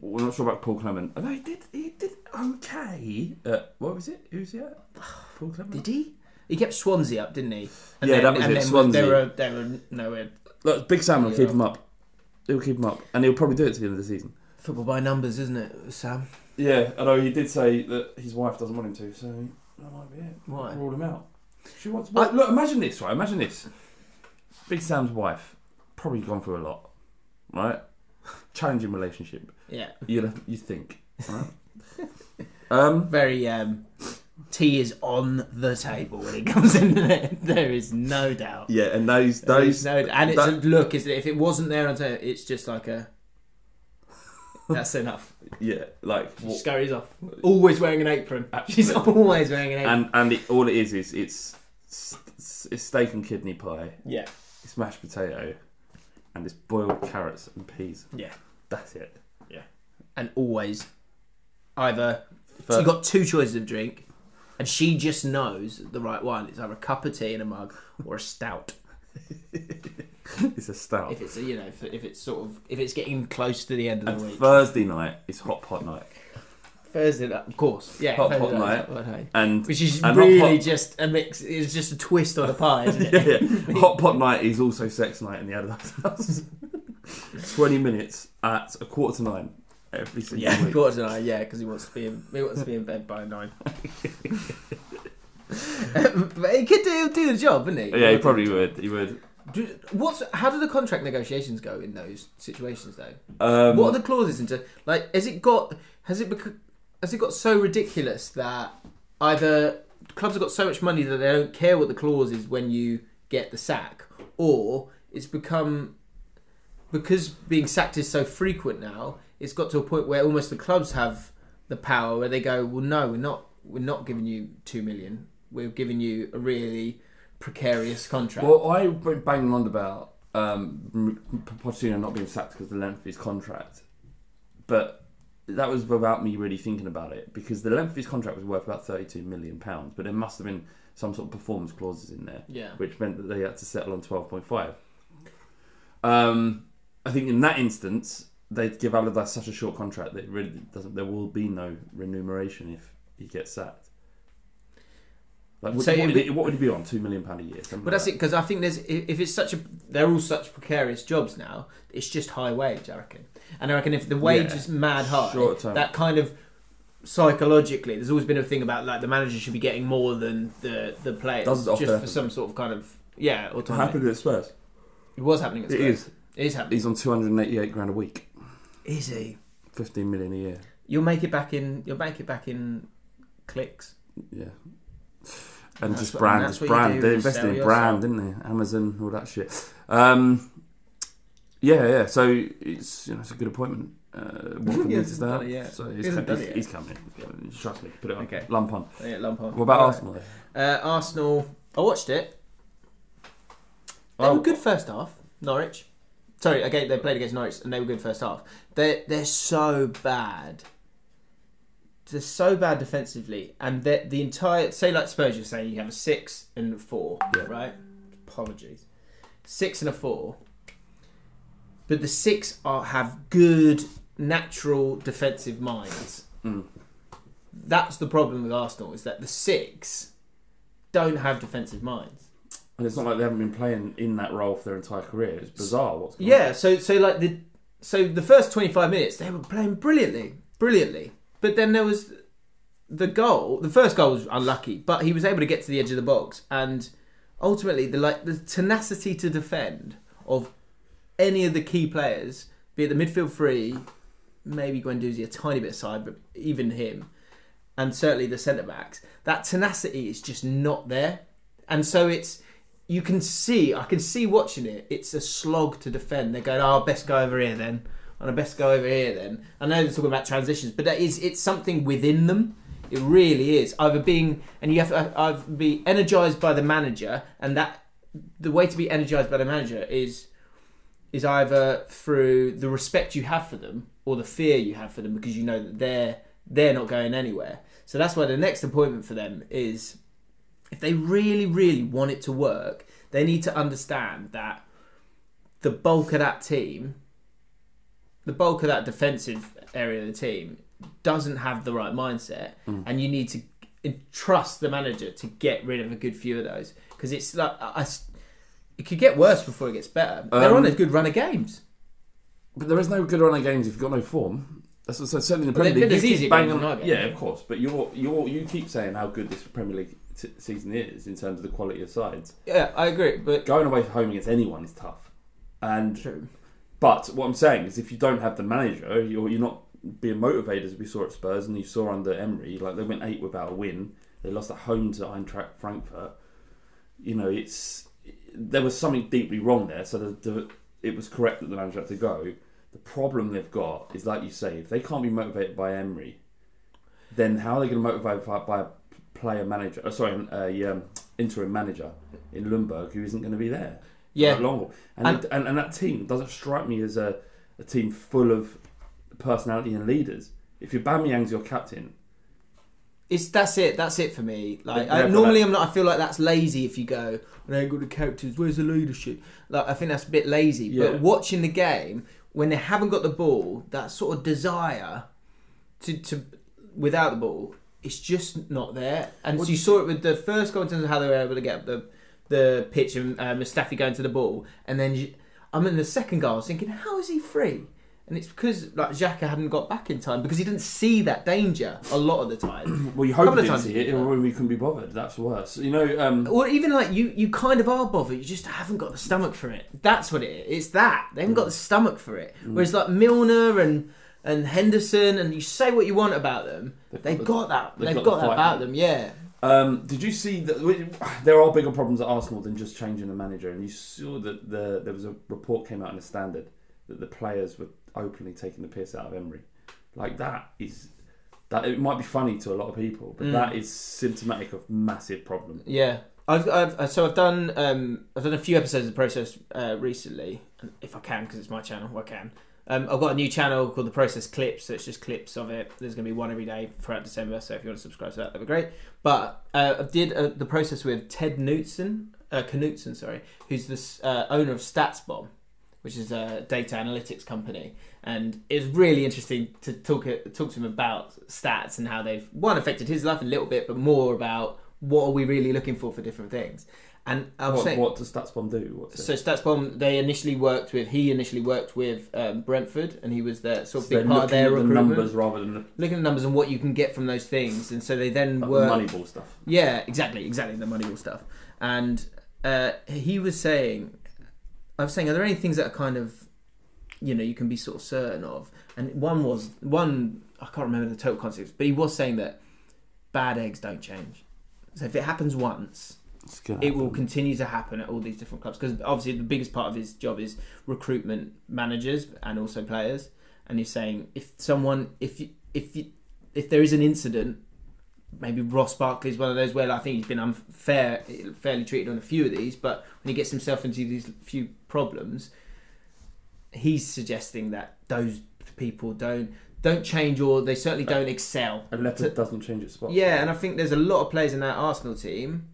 S3: We're not sure about Paul Clement. Although he did, he did okay. Uh, what was it? Who's he at? Paul Clement.
S4: Did he? He kept Swansea up, didn't he? And
S3: Yeah,
S4: then,
S3: that was
S4: and
S3: it,
S4: Then
S3: Swansea.
S4: They were they were nowhere.
S3: Look, Big Sam will
S4: Yeah.
S3: keep him up. He'll keep him up, and he'll probably do it to the end of the season.
S4: Football by numbers, isn't it, Sam?
S3: Yeah, although he did say that his wife doesn't want him to, so that might be it.
S4: Why?
S3: Rule him out. She wants. Well, look, imagine this, right? Imagine this. Big Sam's wife probably gone through a lot, right? Challenging relationship.
S4: Yeah.
S3: You you think, right? um,
S4: Very um, tea is on the table when it comes in. There, there is no doubt.
S3: yeah, and those
S4: There
S3: those
S4: is no, and it's
S3: that-
S4: a look, isn't it? If it wasn't there on table, it's just like a. That's enough.
S3: yeah, like
S4: She
S3: what,
S4: scurries off. Always wearing an apron. She's always wearing an apron.
S3: and and it, all it is is it's, it's it's steak and kidney pie,
S4: yeah.
S3: it's mashed potato, and it's boiled carrots and peas.
S4: Yeah.
S3: That's it.
S4: and always either
S3: But-
S4: so you've got two choices of drink and she just knows the right one it's either a cup of tea in a mug or a stout
S3: It's a stout.
S4: if it's a, you know if, if it's sort of if it's getting close to the end of
S3: And
S4: the week
S3: Thursday night is hot pot night,
S4: Thursday night of course yeah
S3: Hot
S4: Thursday
S3: pot
S4: night's
S3: night.
S4: hot pot night.
S3: and
S4: which is
S3: and
S4: really
S3: hot pot,
S4: just a mix it's just a twist on a pie isn't it
S3: yeah, yeah. hot pot night is also sex night in the Adidas house. Twenty minutes at a quarter to nine every single
S4: yeah
S3: week.
S4: quarter to nine yeah because he wants to be in he wants to be in bed by nine but he could do, do the job wouldn't he
S3: Yeah, he probably would. He would.
S4: Do- What's how do the contract negotiations go in those situations though?
S3: Um,
S4: what are the clauses into like? Has it got has it become has it got so ridiculous that either clubs have got so much money that they don't care what the clause is when you get the sack, or it's become because being sacked is so frequent now, it's got to a point where almost the clubs have the power where they go, well, no, we're not we're not giving you two million, we're giving you a really precarious contract.
S3: Well, I been banging on about um, M- Pochettino not being sacked because of the length of his contract, but that was without me really thinking about it because the length of his contract was worth about thirty-two million pounds, but there must have been some sort of performance clauses in there,
S4: Yeah.
S3: which meant that they had to settle on twelve point five. Um, I think in that instance, they'd give Allardyce such a short contract that it really doesn't. There will be no remuneration if he gets sacked. Like, what,
S4: So
S3: what
S4: it'd
S3: would
S4: be-
S3: it, what would he be on? Two million pound a year. something
S4: But
S3: like
S4: that's it because I think there's i- if it's such a they're all such precarious jobs now. It's just high wage, I reckon. And I reckon if the wage
S3: Yeah.
S4: is mad high,
S3: Short term.
S4: that kind of psychologically, there's always been a thing about like the manager should be getting more than the the players
S3: Does it
S4: just
S3: often
S4: for
S3: happen?
S4: some sort of kind of yeah
S3: What
S4: autonomy.
S3: happened at Spurs?
S4: It was happening. At
S3: It
S4: Spurs.
S3: is.
S4: It is happening.
S3: He's on 288 grand a week,
S4: Is he?
S3: 15 million a year.
S4: You'll make it back in. You'll make it back in clicks.
S3: Yeah. And
S4: That's
S3: just
S4: what-
S3: brand,
S4: and that's
S3: just
S4: what you
S3: brand.
S4: do
S3: They
S4: when you
S3: invested
S4: sell
S3: in
S4: yourself.
S3: brand, didn't they? Amazon, all that shit. Um, yeah, yeah. So it's you know it's a good appointment. Uh, one for
S4: He
S3: me to
S4: hasn't
S3: start.
S4: done it yet.
S3: So
S4: He
S3: he's,
S4: hasn't
S3: com-
S4: done
S3: he's,
S4: it
S3: he's coming. Trust me. Put it on.
S4: Okay.
S3: Lump on.
S4: Yeah, lump on.
S3: What about
S4: All right.
S3: Arsenal?
S4: Uh, Arsenal. I watched it. They
S3: Oh.
S4: were good first half. Norwich. Sorry, again they played against Norwich and they were good first half. They they're so bad. They're so bad defensively, and the the entire say like Spurs, you're saying you have a six and a four, right? Apologies, six and a four. But the six are have good natural defensive minds. That's the problem with Arsenal is that the six don't have defensive minds.
S3: And it's not like they haven't been playing in that role for their entire career. It's bizarre. What's going
S4: Yeah, so so like the so the first twenty five minutes they were playing brilliantly, brilliantly. But then there was the goal. The first goal was unlucky, but he was able to get to the edge of the box, and ultimately the like the tenacity to defend of any of the key players, be it the midfield three, maybe Guendouzi a tiny bit aside, but even him, and certainly the centre backs, that tenacity is just not there. And so it's you can see, I can see watching it, it's a slog to defend. They're going, oh, best go over here then, and I best go over here then. I know they're talking about transitions, but that is it's something within them. It really is. Either being and you have to uh, either be energized by the manager, and that the way to be energized by the manager is is either through the respect you have for them or the fear you have for them because you know that they're they're not going anywhere. So that's why the next appointment for them is if they really, really want it to work, they need to understand that the bulk of that team, the bulk of that defensive area of the team, doesn't have the right mindset, and you need to trust the manager to get rid of a good few of those because it's like I, I- it could get worse before it gets better. They're on a good run of games.
S3: But there is no good run of games if you've got no form. That's what, so certainly in the
S4: Well,
S3: Premier League.
S4: they've been
S3: you
S4: as
S3: keep
S4: easy
S3: banging
S4: against
S3: on-
S4: United.
S3: yeah, of course. But you're you're you keep saying how good this Premier League t- season is in terms of the quality of sides.
S4: Yeah, I agree, but
S3: Going away from home against anyone is tough. And but what I'm saying is, if you don't have the manager, you're you're not being motivated as we saw at Spurs and you saw under Emery. Like they went eight without a win. They lost at home to Eintracht Frankfurt. You know, it's there was something deeply wrong there. So the, the, it was correct that the manager had to go. The problem they've got is, like you say, if they can't be motivated by Emery, then how are they going to motivate by, by a player manager? Oh, sorry, a um, interim manager in Lundberg who isn't going to be there. for
S4: Yeah.
S3: that long haul. and and, and that team doesn't strike me as a, a team full of personality and leaders. If your Bamiyang's your captain,
S4: it's that's it. That's it for me. Like
S3: Yeah,
S4: I,
S3: but
S4: normally,
S3: that-
S4: I'm not. I feel like that's lazy. If you go, I ain't got the characters. Where's the leadership? Like I think that's a bit lazy.
S3: Yeah.
S4: But watching the game when they haven't got the ball, that sort of desire to to without the ball, it's just not there. And so you saw it with the first goal in terms of how they were able to get up the the pitch and uh, Mustafi going to the ball, and then you, I mean the second goal, I was thinking, how is he free? And it's because like Xhaka hadn't got back in time because he didn't see that danger a lot of the time.
S3: well, you
S4: A
S3: hope you
S4: couple of
S3: didn't
S4: times
S3: see
S4: he
S3: it,
S4: did
S3: or
S4: that.
S3: we couldn't be bothered. That's worse. You know, um,
S4: Or even like you, you kind of are bothered. You just haven't got the stomach for it. That's what it is. It's that they haven't got the stomach for it.
S3: Mm.
S4: Whereas like Milner and and Henderson, and you say what you want about them, they've, got,
S3: got the-
S4: that. They've,
S3: they've
S4: got,
S3: got the
S4: that
S3: fight.
S4: about them. Yeah.
S3: Um, did you see that we- there are bigger problems at Arsenal than just changing the manager? And you saw that the, there was a report came out in the Standard that the players were openly taking the piss out of Emery. Like that is that it might be funny to a lot of people,
S4: Mm.
S3: but that is symptomatic of massive problem.
S4: Yeah, I've, I've uh, so I've done um, I've done a few episodes of the process uh, recently, and if I can because it's my channel, I can. Um, I've got a new channel called the Process Clips, so it's just clips of it. There's going to be one every day throughout December, so if you want to subscribe to that, that'd be great. But uh, I did uh, the process with Ted Knutson, uh, Knutson, sorry, who's the s- uh, owner of StatsBomb which is a data analytics company, and it's really interesting to talk talk to him about stats and how they've one affected his life a little bit, but more about what are we really looking for for different things. And I was
S3: What,
S4: saying,
S3: what does Statsbomb do? What's
S4: so Statsbomb they initially worked with he initially worked with um, Brentford, and he was their sort of
S3: They're
S4: big part of
S3: looking
S4: their
S3: at the
S4: recruitment.
S3: numbers rather than the
S4: Looking at numbers and what you can get from those things, and so they then
S3: like,
S4: work.
S3: Moneyball stuff.
S4: Yeah, exactly, exactly the Moneyball stuff. And uh, he was saying, I was saying, are there any things that are kind of, you know, you can be sort of certain of? And one was one I can't remember the total concepts, but he was saying that bad eggs don't change. So if it happens once, it
S3: um,
S4: will continue to happen at all these different clubs because obviously the biggest part of his job is recruitment managers and also players. And he's saying if someone, if you, if you, if there is an incident, maybe Ross Barkley is one of those where I think he's been unfair, fairly treated on a few of these. But when he gets himself into these few problems, he's suggesting that those people don't don't change or they certainly don't excel.
S3: A leopard doesn't change its spot.
S4: Yeah, and I think there's a lot of players in that Arsenal team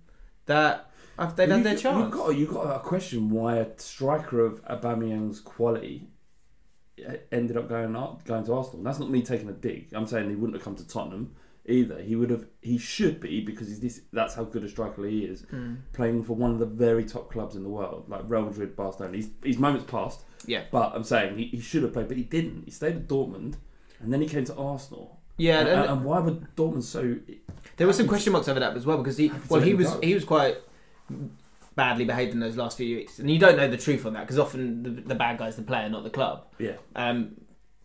S4: that have, they've had
S3: You've-
S4: their chance.
S3: You've got, you've got a question why a striker of Aubameyang's quality uh, ended up going up, going to Arsenal. That's not me taking a dig. I'm saying he wouldn't have come to Tottenham either. He would have. He should be because he's this. That's how good a striker he is.
S4: Hmm.
S3: Playing for one of the very top clubs in the world, like Real Madrid, Barcelona. He's, his moments passed.
S4: Yeah.
S3: But I'm saying he, he should have played, but he didn't. He stayed at Dortmund, and then he came to Arsenal.
S4: Yeah,
S3: And,
S4: and-
S3: and, and why were Dortmund so?
S4: There were some question marks over that as well because he well
S3: to
S4: he
S3: let
S4: was
S3: him go.
S4: he was quite badly behaved in those last few weeks, and you don't know the truth on that because often the, the bad guy's the player, not the club.
S3: Yeah.
S4: Um,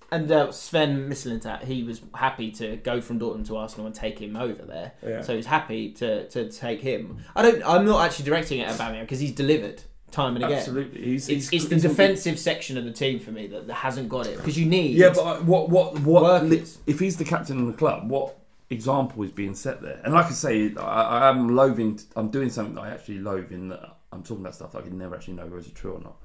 S4: and uh, Sven Mislintat, he was happy to go from Dortmund to Arsenal and take him over there.
S3: Yeah.
S4: So he's happy to, to take him. I don't. I'm not actually directing it at Aubameyang because he's delivered time and again.
S3: Absolutely. He's-
S4: it's,
S3: he's-
S4: it's the
S3: he's-
S4: defensive section of the team for me that, that hasn't got it because you need.
S3: Yeah, but I- uh, what what what
S4: Work
S3: li-
S4: is-
S3: if he's the captain of the club, what example is being set there. And like I say, I, I am loathing. I'm doing something that I actually loathe in that I'm talking about stuff that I can never actually know whether it's true or not.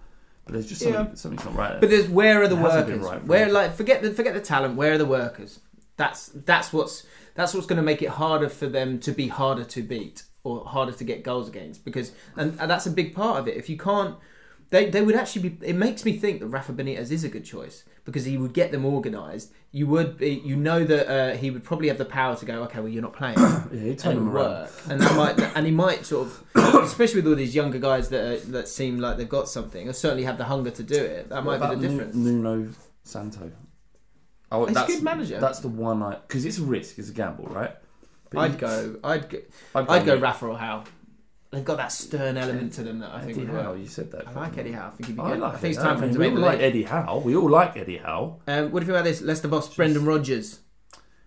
S3: But there's just something,
S4: Yeah.
S3: something's not right. There.
S4: But there's where are the
S3: It hasn't been
S4: workers?
S3: right for
S4: where
S3: me.
S4: like forget the forget the talent. Where are the workers? That's that's what's that's what's going to make it harder for them to be harder to beat or harder to get goals against because and, and that's a big part of it. If you can't, they they would actually be. It makes me think that Rafa Benitez is a good choice because he would get them organised. You would be, you know that uh, he would probably have the power to go. Okay, well you're not playing.
S3: he'd turn
S4: and it
S3: them
S4: would
S3: around.
S4: work. and that might and he might sort of especially with all these younger guys that are, that seem like they've got something or certainly have the hunger to do it that might
S3: About
S4: be the difference
S3: Nu- Nuno Santo. Oh,
S4: He's a good manager.
S3: That's the one I because it's a risk, it's a gamble, right? But
S4: I'd
S3: you-
S4: go I'd go
S3: I'd
S4: I'd,
S3: go
S4: go
S3: Nu-
S4: Rafa or Howe they've got that stern element to them that I think
S3: Eddie
S4: would
S3: Howe,
S4: work
S3: you said that.
S4: I like Eddie Howe I think he'd be
S3: I
S4: good
S3: like
S4: I think it's
S3: Eddie
S4: time for
S3: Howe.
S4: him to
S3: We
S4: make
S3: all
S4: the
S3: like
S4: league.
S3: Eddie Howe. We all like Eddie Howe.
S4: um, what do you think about this Leicester boss Brendan Rodgers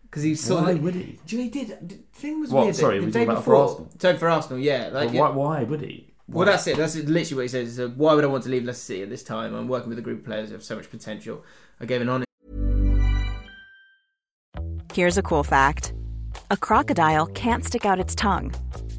S4: because he sort
S3: Why
S4: of
S3: would he?
S4: do you know he did the thing was
S3: What,
S4: weird that
S3: sorry,
S4: the
S3: we
S4: day
S3: talking about for
S4: before
S3: Arsenal?
S4: so for Arsenal yeah like
S3: But
S4: yeah.
S3: why, why would he?
S4: Well, that's it. That's literally what he says. He said, Why would I want to leave Leicester City at this time? I'm working with a group of players who have so much potential. I gave an honest
S5: Here's a cool fact a crocodile can't stick out its tongue.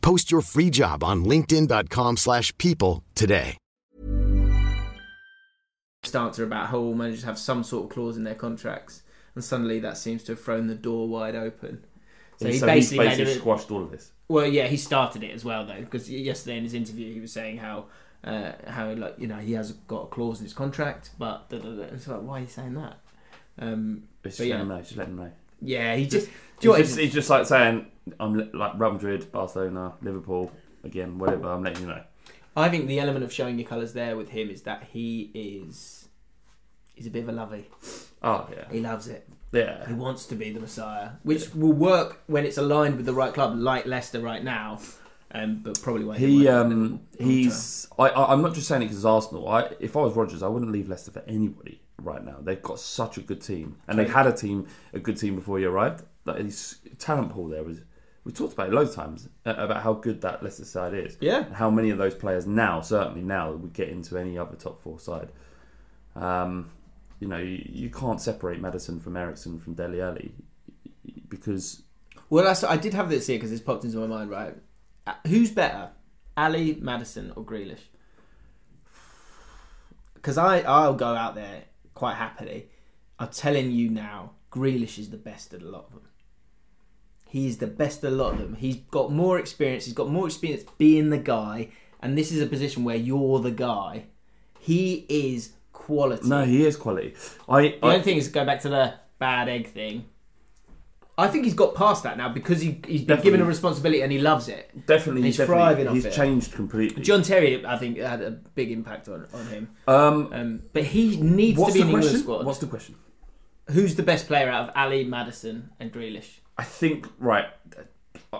S6: Post your free job on linkedin.com/people slash people today.
S4: answer about how all managers have some sort of clause in their contracts, and suddenly that seems to have thrown the door wide open.
S3: So
S4: So he
S3: he's
S4: basically,
S3: basically,
S4: made it.
S3: squashed all of this.
S4: Well, yeah, he started it as well though, because yesterday in his interview he was saying how. Uh, how like you know he has got a clause in his contract, but da, da, da. it's like why are you saying that? Um,
S3: It's
S4: But
S3: just let
S4: yeah.
S3: him know. Just let him know.
S4: yeah, he just, do you know
S3: He's
S4: what,
S3: just, he's just like saying, "I'm li- like Real Madrid, Barcelona, Liverpool, again, whatever. I'm letting you know."
S4: I think the element of showing your colours there with him is that he is he's a bit of a lovey.
S3: Oh yeah,
S4: He loves it. He
S3: yeah.
S4: wants to be the Messiah, which will work when it's aligned with the right club, like Leicester right now, um, but probably won't.
S3: He
S4: work.
S3: um he's I, I I'm not just saying it because Arsenal. I if I was Rogers, I wouldn't leave Leicester for anybody right now. They've got such a good team, and they had a team a good team before he arrived. That his talent pool there was. We talked about it loads of times uh, about how good that Leicester side is.
S4: Yeah.
S3: And how many of those players now, certainly now, would get into any other top four side. Um, you know, you, you can't separate Madison from Ericsson from Deli Alli because
S4: Well, that's, I did have this here because this popped into my mind. Right, Uh, who's better, Ali, Madison, or Grealish? Because I I'll go out there quite happily. I'm telling you now, Grealish is the best of a lot of them. He's the best of a lot of them. He's got more experience. He's got more experience being the guy, and this is a position where you're the guy. He is quality.
S3: no, he is quality. I,
S4: The
S3: I
S4: only thing is going back to the bad egg thing. I think he's got past that now because he, he's been given a responsibility and he loves it.
S3: definitely
S4: And he's
S3: definitely-
S4: thriving off
S3: He's
S4: it.
S3: changed completely.
S4: John Terry, I think, had a big impact on, on him.
S3: Um,
S4: Um, but he needs to
S3: what's
S4: be
S3: the
S4: in the England
S3: question?
S4: squad.
S3: What's the question?
S4: Who's the best player out of Ali, Madison, and Grealish?
S3: I think right.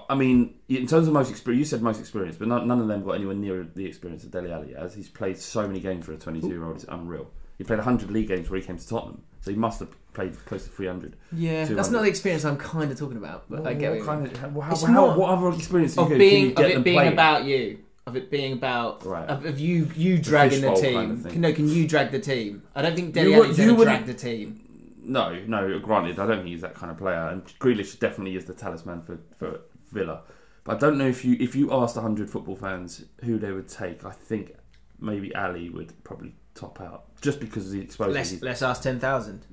S3: I mean, in terms of most experience, you said most experience, but none, none of them got anywhere near the experience that Deli Ali has. He's played so many games for a 22-year-old; it's unreal. He played 100 league games where he came to Tottenham, so he must have played close to 300.
S4: Yeah,
S3: 200.
S4: that's not the experience I'm kind of talking about. But I
S3: What
S4: get what you
S3: kind
S4: mean.
S3: of, how,
S4: It's
S3: how-
S4: not-
S3: what other experience
S4: of
S3: you- can you
S4: being
S3: get
S4: of
S3: them
S4: it being
S3: playing?
S4: about you. of it being about of, of you you dragging the,
S3: fishbowl
S4: team.
S3: kind of thing.
S4: Can- no, can you drag the team? I don't think
S3: You
S4: Deli
S3: would-
S4: Ali's
S3: you
S4: ever
S3: wouldn't-
S4: dragged the team.
S3: No, no. Granted, I don't think he's that kind of player, and Grealish definitely is the talisman for, for Villa. But I don't know if you if you asked hundred football fans who they would take, I think maybe Ali would probably top out just because of the exposure.
S4: Let's
S3: he's-
S4: let's ask ten thousand.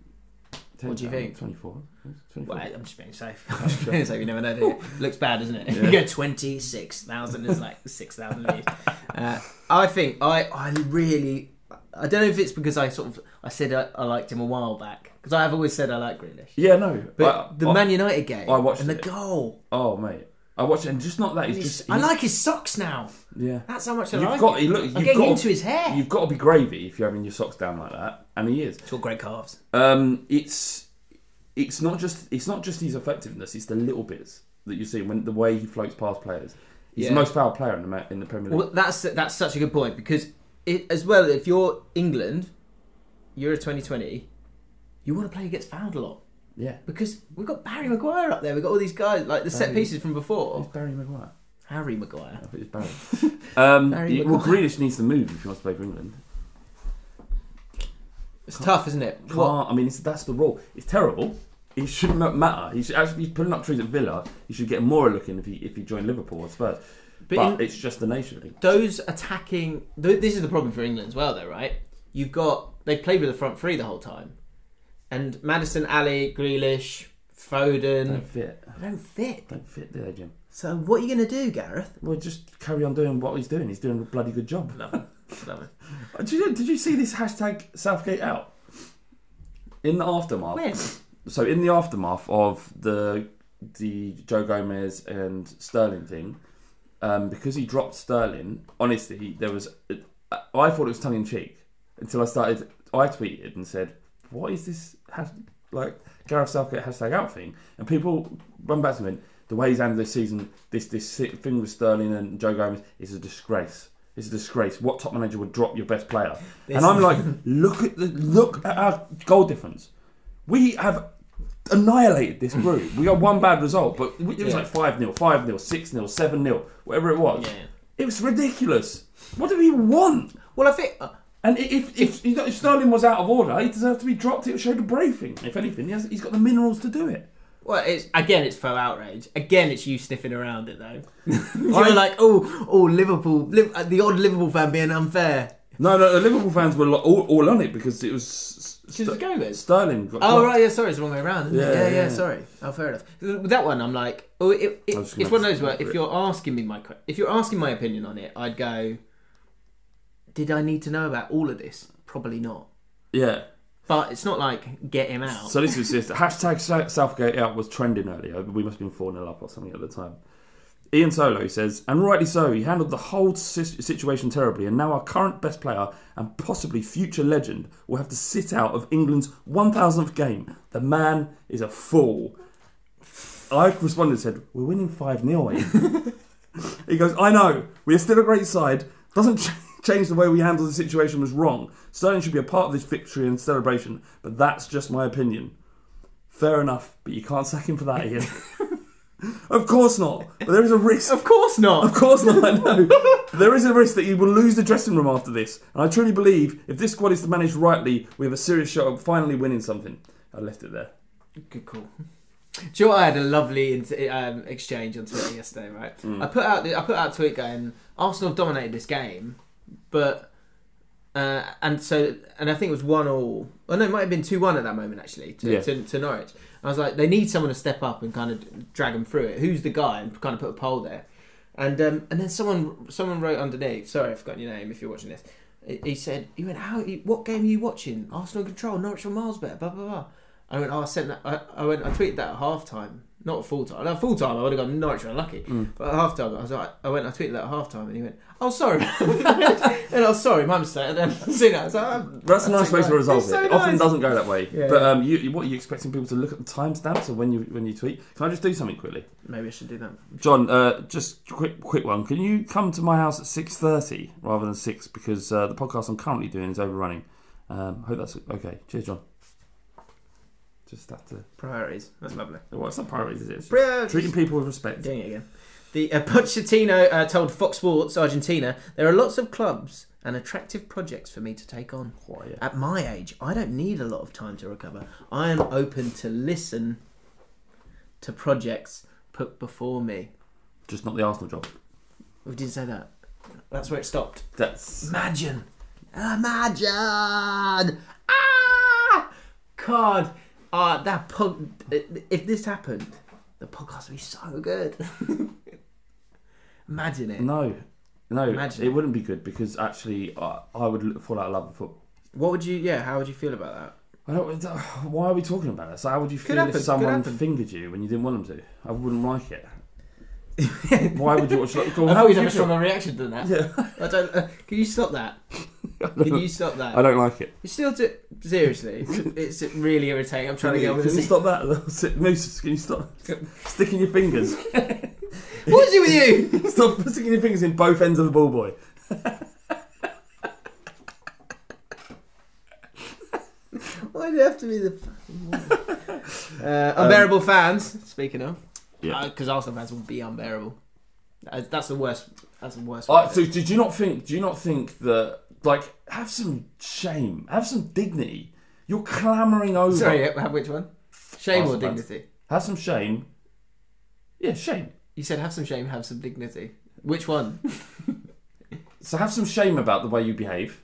S4: What do
S3: 10,000,
S4: you think?
S3: 24.
S4: Well, I'm just being safe. I'm just being safe. You never know. Do you? Looks bad, doesn't it?
S3: Yeah.
S4: you go twenty six thousand is like six thousand views. Uh, I think I I really I don't know if it's because I sort of I said I, I liked him a while back because I've always said I like Grealish.
S3: Yeah, no.
S4: But
S3: I-
S4: the
S3: I-
S4: Man United game
S3: I watched
S4: and the
S3: it.
S4: goal.
S3: Oh mate, I watched it, and just not that. He's just,
S4: I
S3: he's-
S4: like his socks now.
S3: Yeah.
S4: That's how much I
S3: You've
S4: like
S3: got,
S4: him.
S3: look,
S4: I'm
S3: you've
S4: getting
S3: got
S4: into his hair.
S3: You've got to be gravy if you're having your socks down like that, and he is.
S4: It's all great calves.
S3: Um, it's it's not just it's not just his effectiveness; it's the little bits that you see when the way he floats past players. He's the
S4: Yeah.
S3: most foul player in the ma- in the Premier League.
S4: Well, that's that's such a good point because it, as well, if you're England, Euro 2020, you want to play against fouled a lot
S3: yeah,
S4: because we've got Barry Maguire up there. We've got all these guys like the set
S3: Barry-
S4: pieces from before.
S3: it's Barry Maguire.
S4: Harry Maguire.
S3: I think it's Barry. um,
S4: Barry
S3: yeah, well,
S4: Maguire.
S3: Grealish needs to move if he wants to play for England.
S4: It's tough, isn't it?
S3: Can't, I mean, it's, that's the rule. It's terrible. He shouldn't ma- matter. He should actually he's putting up trees at Villa. He should get more looking if he if he joined Liverpool or Spurs. But,
S4: in-
S3: it's just the nature of it.
S4: those attacking th- this is the problem for England as well though right you've got they've played with the front three the whole time and Madison Ali Grealish Foden
S3: Don't fit.
S4: They don't fit
S3: Don't fit, do they, Jim?
S4: so what are you going to do Gareth
S3: Well, just carry on doing what he's doing. He's doing a bloody good job.
S4: no.
S3: Did you, did you see this hashtag Southgate out? In the aftermath.
S4: When?
S3: So in the aftermath of the the Joe Gomez and Sterling thing, um, because he dropped Sterling, honestly, there was uh, I thought it was tongue in cheek until I started. I tweeted and said, "What is this hash, like Gareth Southgate hashtag out thing?" And people run back to me. The way he's handled this season, this this si- thing with Sterling and Joe Gomez is a disgrace. It's a disgrace. What top manager would drop your best player? and I'm like, look at the look at our goal difference. We have annihilated this group. We got one bad result, but we- it was
S4: Yeah.
S3: like 5 0, 5 0, 6 0, 7 0, whatever it was.
S4: Yeah.
S3: It was ridiculous. What do we want?
S4: well I think uh,
S3: And i- if, if, if, if Sterling was out of order, he deserved to be dropped. It would show the braving. If anything, he has, he's got the minerals to do it.
S4: well it's again it's faux outrage again it's you sniffing around it though you're like oh oh Liverpool Liv- uh, the odd Liverpool fan being unfair
S3: No, no, the Liverpool fans were lo- all, all on it because it was.
S4: Because of Gomez.
S3: Sterling got
S4: Oh
S3: dropped.
S4: right, yeah. Sorry, it's the wrong way around. Isn't
S3: Yeah,
S4: it? yeah,
S3: yeah.
S4: yeah. Sorry. Oh, fair enough. With that one, I'm like, oh, it, it,
S3: I was
S4: it's
S3: gonna
S4: one of those
S3: have
S4: where
S3: to
S4: if
S3: agree.
S4: you're asking me my que- if you're asking my opinion on it, I'd go, did I need to know about all of this? Probably not.
S3: Yeah.
S4: But it's not like get him out.
S3: So this was just hashtag Sou- Southgate out was trending earlier. We must have been 4 0 up or something at the time. Ian Solo says, and rightly so, he handled the whole si- situation terribly, and now our current best player and possibly future legend will have to sit out of England's 1000th game. The man is a fool. I responded and said, We're winning 5 0. he goes, I know, we are still a great side. Doesn't ch- change the way we handle the situation was wrong. Sterling should be a part of this victory and celebration, but that's just my opinion. Fair enough, but you can't sack him for that, Ian. of course not, but there is a risk.
S4: of course not.
S3: Of course not, I know. But there is a risk that he will lose the dressing room after this, and I truly believe if this squad is to manage rightly, we have a serious shot of finally winning something. I left it there.
S4: Good call. Do you know what? I had a lovely in- um, exchange on Twitter yesterday, right? I put out the, I put out a tweet going Arsenal have dominated this game, but uh, and so and I think it was one all. Well, no, it might have been two one at that moment actually to,
S3: Yeah.
S4: to, to Norwich. I was like, they need someone to step up and kind of drag them through it. Who's the guy? And kind of put a poll there, and um, and then someone someone wrote underneath. Sorry, I've forgotten your name. If you're watching this, he- he said, "You went how? you- What game are you watching? Arsenal control, Norwich or miles better, blah blah blah." I went, oh, I sent that. I, I went, I tweeted that at half time, not full time. No, full time, I would have gone Norwich are unlucky.
S3: Mm.
S4: But at half time, I was like, I went, I tweeted that at half time, and he went, oh, sorry. and I was sorry, my mistake. And then seen that, I was like, oh,
S3: That's a nice way to resolve
S4: It's
S3: it.
S4: so
S3: It Often
S4: nice.
S3: doesn't go that way.
S4: Yeah,
S3: but
S4: yeah.
S3: um, you, you- what are you expecting people to look at the timestamps of when you when you tweet? Can I just do something quickly,
S4: Maybe I should do that.
S3: John? Uh, just quick quick one. Can you come to my house at six thirty rather than six because uh, the podcast I'm currently doing is overrunning. Um, hope that's okay. Cheers, John. Just have to.
S4: Priorities. That's lovely.
S3: What's that priorities? Is it? It's just
S4: Priorities.
S3: Treating people with respect.
S4: Doing it again. The uh, Pochettino uh, told Fox Sports Argentina, "There are lots of clubs and attractive projects for me to take on. At my age, I don't need a lot of time to recover. I am open to listen to projects put before me."
S3: Just not the Arsenal job.
S4: We didn't say that. That's where it stopped.
S3: That's
S4: Imagine. Imagine. Ah, God. Ah, that pod. If this happened, the podcast would be so good. Imagine it.
S3: no, no.
S4: Imagine.
S3: It wouldn't be good because actually, I, I would l- fall out of love with football.
S4: What would you? Yeah. How would you feel about that?
S3: I don't. uh, Why are we talking about this? How would you feel
S4: happen,
S3: if
S4: could
S3: someone
S4: happen.
S3: fingered you when you didn't want them to? I wouldn't like it. why would you watch? Like, well,
S4: I
S3: how
S4: thought
S3: would
S4: you'd have
S3: you feel?
S4: a stronger reaction than that. I don't. Uh, can you stop that? Can you stop that?
S3: I don't like it.
S4: You still do. Seriously, it's really irritating. I'm trying to get on with
S3: Can you
S4: this.
S3: stop that? That's it. Moose, can you stop sticking your fingers?
S4: What is it with you?
S3: stop sticking your fingers in both ends of the ball, boy.
S4: Why do you have to be the fucking one? uh, unbearable fans? Speaking of,
S3: Yeah.
S4: because Uh, Arsenal fans will be unbearable. Uh, That's the worst. That's the worst.
S3: Uh,
S4: one.
S3: so, did you not think? Do you not think that? Like, have some shame, have some dignity. You're clamoring over.
S4: Sorry, yeah, have which one? Shame
S3: Arsenal
S4: or
S3: fans.
S4: dignity?
S3: Have some shame. Yeah, shame.
S4: You said have some shame, have some dignity. Which one?
S3: So have some shame about the way you behave,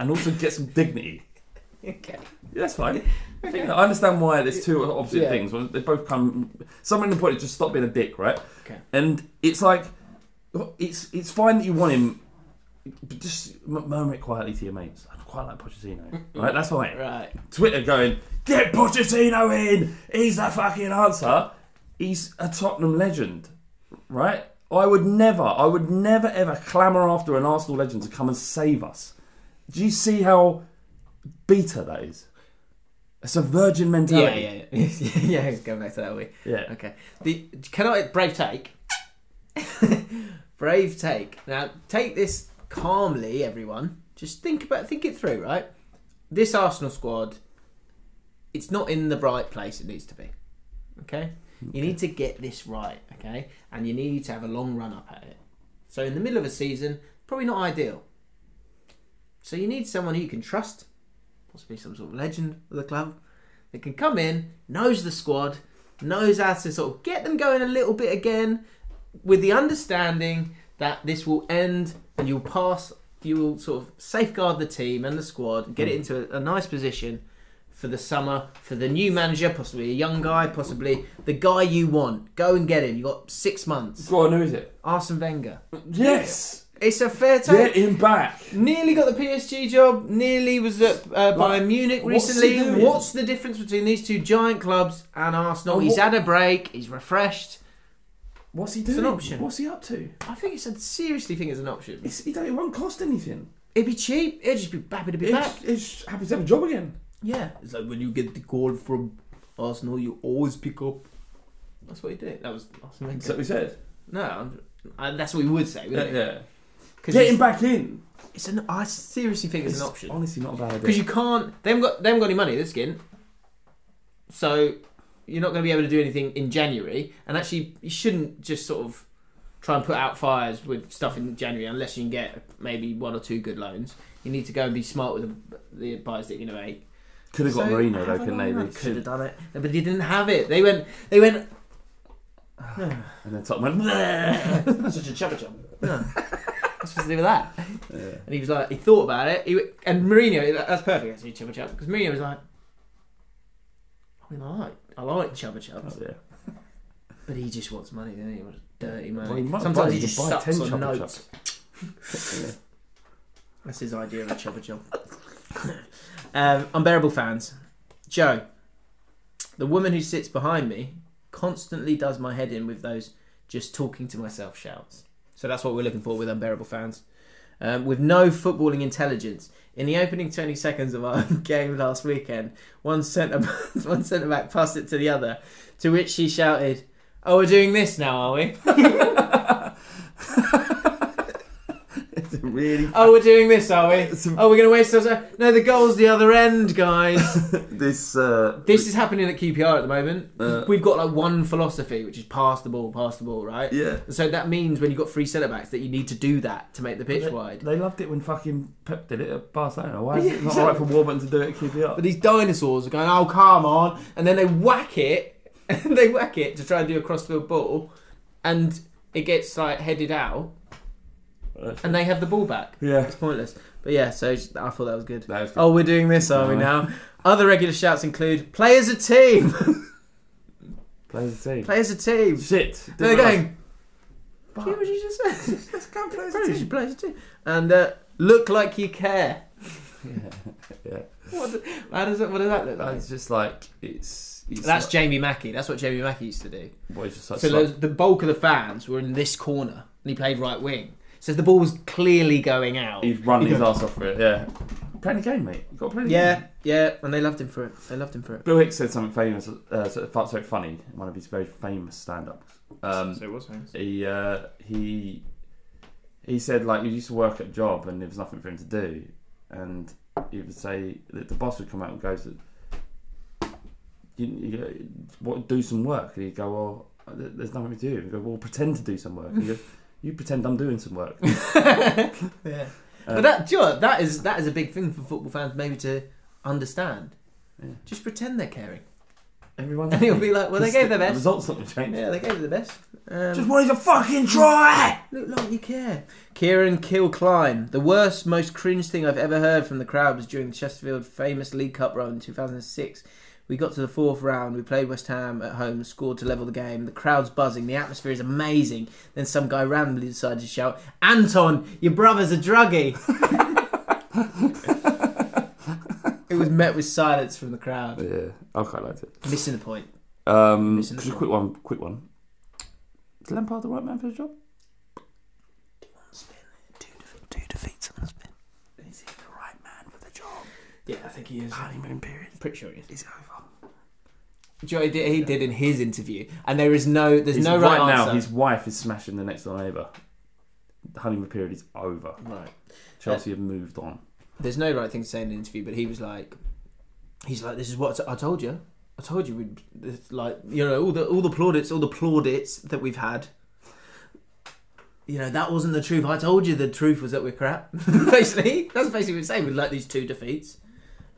S3: and also get some dignity.
S4: okay.
S3: Yeah, that's fine. I, think, I understand why there's two opposite
S4: Yeah.
S3: things. Well, They both come. Someone in the point is just stop being a dick, right?
S4: Okay.
S3: And it's like, it's it's fine that you want him, but just m- murmur it quietly to your mates. I quite like Pochettino, right? That's fine.
S4: Right.
S3: Twitter going, get Pochettino in. He's the fucking answer. He's a Tottenham legend, right? I would never, I would never ever clamour after an Arsenal legend to come and save us. Do you see how beta that is? It's a virgin
S4: Yeah,
S3: mentality.
S4: yeah, yeah. yeah, let's go back to that way.
S3: Yeah.
S4: Okay. The can I brave take? brave take. Now take this calmly, everyone. Just think about think it through, right? This Arsenal squad, it's not in the right place it needs to be. Okay? You need to get this right, okay? And you need to have a long run up at it. So in the middle of a season, probably not ideal. So you need someone who you can trust, possibly some sort of legend of the club, that can come in, knows the squad, knows how to sort of get them going a little bit again, with the understanding that this will end and you'll pass, you will sort of safeguard the team and the squad, get it into a, a nice position for the summer, for the new manager, possibly a young guy, possibly the guy you want. Go and get him. You've got six months.
S3: Go on, who is it?
S4: Arsene Wenger.
S3: Yes!
S4: It's a fair take.
S3: Get him back.
S4: Nearly got the PSG job. Nearly was at uh, Bayern
S3: Like,
S4: Munich
S3: what's he
S4: recently.
S3: doing?
S4: What's the difference between these two giant clubs and Arsenal?
S3: And
S4: he's
S3: what-
S4: had a break. He's refreshed.
S3: What's he doing?
S4: an option.
S3: What's he up to?
S4: I think it's a seriously think it's an option.
S3: It's, he don't, it won't cost anything.
S4: It'd be cheap. It'd just be happy to be back.
S3: It's, it's happy to have a job again.
S4: Yeah, it's like when you get the call from Arsenal, you always pick up. That's what he did. That was Arsenal.
S3: Is that what he said?
S4: No, I'm- I, that's what we would say.
S3: Yeah.
S4: Wouldn't it?
S3: yeah.
S4: 'Cause
S3: Get
S4: it's-
S3: him back in.
S4: It's an. I seriously think it's, an option.
S3: Honestly, not a bad idea.
S4: Because you can't. They haven't got. They haven't got any money. This skin. So you're not going to be able to do anything in January. And actually, you shouldn't just sort of try and put out fires with stuff in January unless you can get maybe one or two good loans. You need to go and be smart with the, the buys that you're going to make.
S3: Could have got
S4: So,
S3: Marino
S4: have
S3: though,
S4: a
S3: couldn't they?
S4: loan.
S3: They
S4: Could have
S3: should-
S4: done it, No, but they didn't have it. They went. They went.
S3: And then Tottenham went. "Bleh."
S4: Such a chubba chub. What's supposed to do with that? And he was like, he thought about it. He, w- and Mourinho, that- that's perfect actually, chubba chub, because Mourinho was like, I mean, I like, I like chubba chubs.
S3: Oh, yeah.
S4: But he just wants money, doesn't he? He wants dirty money.
S3: Well, he might buy-
S4: Sometimes he
S3: he could
S4: just
S3: buy
S4: sucks
S3: 10
S4: on
S3: Chubba
S4: notes. That's his idea of a chubba job. um, unbearable fans. Joe, the woman who sits behind me constantly does my head in with those just talking to myself shouts. So that's what we're looking for with unbearable fans. Um, with no footballing intelligence. In the opening 20 seconds of our game last weekend, one centre one centre back passed it to the other, to which she shouted, "Oh, we're doing this now, are we?"
S3: It's really.
S4: Oh, we're doing this, are we? Oh, we're going to waste our time. No, the goal's the other end, guys.
S3: this uh,
S4: this is happening at QPR at the moment.
S3: Uh,
S4: We've got like one philosophy, which is pass the ball, pass the ball, right?
S3: Yeah.
S4: So that means when you've got three centre backs, that you need to do that to make the pitch wide.
S3: They loved it when fucking Pep did it at Barcelona. Why is
S4: Yeah,
S3: it not
S4: exactly.
S3: alright for Warburton to do it at QPR?
S4: But these dinosaurs are going, oh, come on. And then they whack it. And they whack it to try and do a crossfield ball. And it gets like headed out. And they have the ball back.
S3: Yeah.
S4: It's pointless. But yeah, so I thought that was good.
S3: was good.
S4: Oh, we're doing this, are we now? Other regular shouts include play as a team.
S3: Play as a team.
S4: play as a team.
S3: Shit.
S4: They're
S3: Didn't realise-
S4: going. "Do you hear what you just said? Let's go play as a team. Play as a team. And uh, look like you care.
S3: Yeah.
S4: What, do- how does that, what does that look like?
S3: It's just like it's. it's
S4: That's
S3: like,
S4: Jamie Mackey. That's what Jamie Mackey used to do.
S3: well, it's just like,
S4: So
S3: it's
S4: the, the bulk of the fans were in this corner, and he played right wing. So the ball was clearly going out.
S3: like- he's running his ass off for it. Yeah. Playing the game, mate. You got to play the game.
S4: Yeah, yeah, and they loved him for it. They loved him for it.
S3: Bill Hicks said something famous, uh, sort of something funny. in One of his very famous stand-ups. Um,
S4: it was famous.
S3: he uh, he he said like he used to work at a job and there was nothing for him to do, and he would say that the boss would come out and go to you, you go, what do some work and he'd go well there- there's nothing to do. He'd go well pretend to do some work. He'd go, you pretend I'm doing some work.
S4: Yeah, but that, do you know what? that is that is a big thing for football fans maybe to understand. Just pretend they're caring.
S3: Everyone
S4: And he'll be like, well, they gave their
S3: The
S4: best.
S3: results not going to change.
S4: Yeah, they gave it the best. Um,
S3: Just wanted to fucking try.
S4: Look like you care. Kieran Kill Klein. The worst, most cringe thing I've ever heard from the crowd was during the Chesterfield famous League Cup run in 2006. We got to the fourth round. We played West Ham at home, scored to level the game. The crowd's buzzing. The atmosphere is amazing. Then some guy randomly decided to shout, Anton, your brother's a druggie. it was met with silence from the crowd.
S3: Yeah, I quite liked it.
S4: Missing the point.
S3: Um,
S4: Missing the
S3: just a
S4: point.
S3: quick one. Quick one. Is Lampard the right man for the job?
S4: Two defeats on the spin. Is he the right man for the job? Yeah, I think he is. Honeymoon period. Pretty sure he is. He's over. Joey did, he did in his interview, and there is no, there's
S3: He's-
S4: no
S3: right,
S4: right,
S3: now.
S4: answer.
S3: His wife is smashing the next door neighbour. The honeymoon period is over.
S4: Right.
S3: Chelsea have moved on.
S4: There's no right thing to say in an interview, but he was like, he's like, this is what I told you. I told you we'd it's like, you know, all the all the plaudits, all the plaudits that we've had. You know, that wasn't the truth. I told you the truth was that we're crap. basically, that's basically what he's saying. We like these two defeats.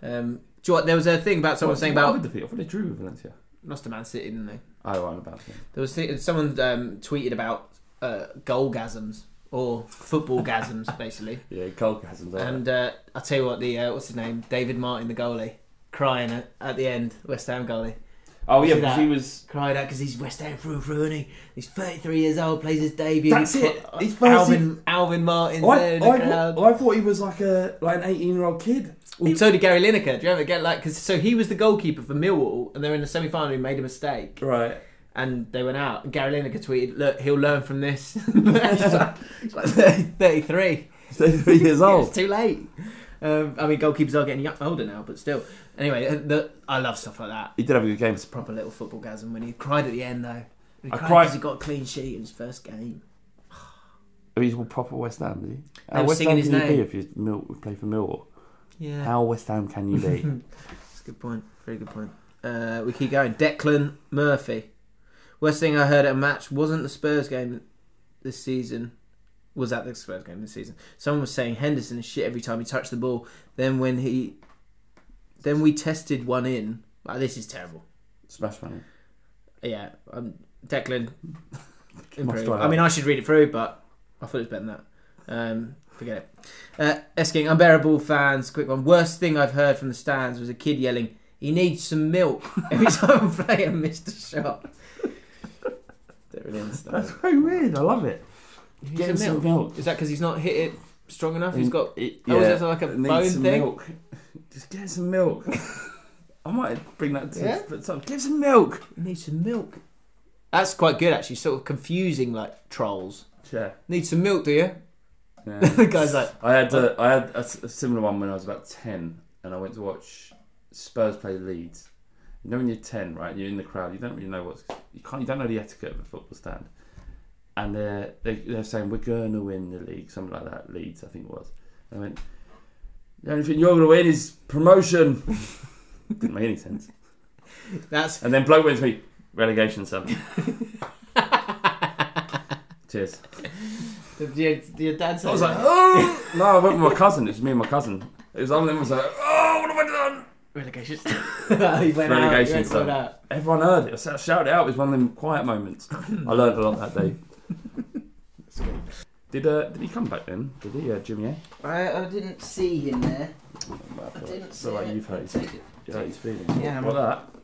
S4: Um, do you know what, there was a thing about someone saying
S3: What
S4: about
S3: happened to defeat. I thought they drew with Valencia.
S4: lost to Man City, didn't they?
S3: Oh, right, about him.
S4: There was th- someone um, tweeted about uh, goalgasms or football gasms, basically.
S3: Yeah, Colgasm's on.
S4: And uh, I'll tell you what, the uh, what's his name, David Martin, the goalie, crying at, at the end, West Ham goalie,
S3: oh yeah,
S4: see
S3: because
S4: that?
S3: he was.
S4: cried out because he's West Ham through and through, and he, he's 33 years old, plays his debut.
S3: That's
S4: He's- uh,
S3: it. He's fancy-
S4: Alvin Alvin Martin.
S3: I,
S4: there in the
S3: I,
S4: crowd.
S3: thought, I thought he was like a like an eighteen year old kid.
S4: Well, so did Gary Lineker. Do you remember? Get like, cause, so he was the goalkeeper for Millwall, and they're in the semi final. He made a mistake.
S3: Right.
S4: and they went out. And Gary Lineker tweeted, "Look, he'll learn from this." He's like, he's like 33.
S3: Thirty-three years
S4: It's
S3: old.
S4: too late. Um, I mean, goalkeepers are getting yo- older now, but still. Anyway, uh, the, I love stuff like that.
S3: He did have a good game.
S4: Proper little football gasm when he cried at the end, though. He
S3: I
S4: cried
S3: cried-
S4: because he got a clean sheet in his first game.
S3: Oh, He's all proper West Ham, did he?
S4: were
S3: West
S4: singing
S3: Ham
S4: his
S3: can you
S4: name.
S3: be if you Mill, play for Millwall?
S4: Yeah,
S3: How West Ham can you be?
S4: that's a good point. Very good point. Uh, we keep going. Declan Murphy. Worst thing I heard at a match wasn't the Spurs game this season. was at the Spurs game this season. Someone was saying Henderson is shit every time he touched the ball. Then when he, then we tested one in. Wow, this is terrible.
S3: Smash man.
S4: Yeah, um, Declan,
S3: Must
S4: improve.
S3: try
S4: I mean,
S3: that.
S4: I should read it through, but I thought it was better than that. Um, forget it. Uh, Esking, unbearable fans. Quick one. Worst thing I've heard from the stands was a kid yelling, "He needs some milk" every time a player missed a shot. Don't really understand.
S3: That's very weird. I love it.
S4: He needs
S3: Getting
S4: some
S3: some milk.
S4: Is that because he's not hit it strong enough? He's got.
S3: It-
S4: oh, is it like a
S3: it needs
S4: bone
S3: some
S4: thing?
S3: Milk. Just get some milk. I might bring that to
S4: Yeah?
S3: but some, give some milk.
S4: Need some milk. That's quite good, actually. Sort of confusing, like trolls.
S3: Yeah.
S4: Need some milk, do you?
S3: yeah.
S4: The guy's like,
S3: I had a, I had a, s- a similar one when I was about ten, and I went to watch Spurs play Leeds. You know when you're ten, right? You're in the crowd. You don't really know what's you can't you don't know the etiquette of a football stand. and they're they, they're saying we're gonna win the league, something like that. Leeds, I think it was. And I went. The only thing you're gonna win is promotion. Didn't make any sense.
S4: That's
S3: and then bloke went to me relegation son. Cheers.
S4: Your, your dad
S3: I was like, oh no, I went with my cousin. It was me and my cousin. It was them. was like, oh, what have I done?
S4: Relegation. he went
S3: relegation
S4: out, he went
S3: son.
S4: out.
S3: Everyone heard it. I shouted out. It was one of them quiet moments. I learned a lot that day. Did uh, did he come back then? Did he, uh, Jimmy? A?
S7: I, I didn't see him there.
S3: I feel
S7: didn't
S3: like,
S7: see
S3: feel like
S7: it.
S3: you've hurt his,
S7: Take it.
S3: you hurt his feelings.
S4: Yeah, I'm-
S3: What about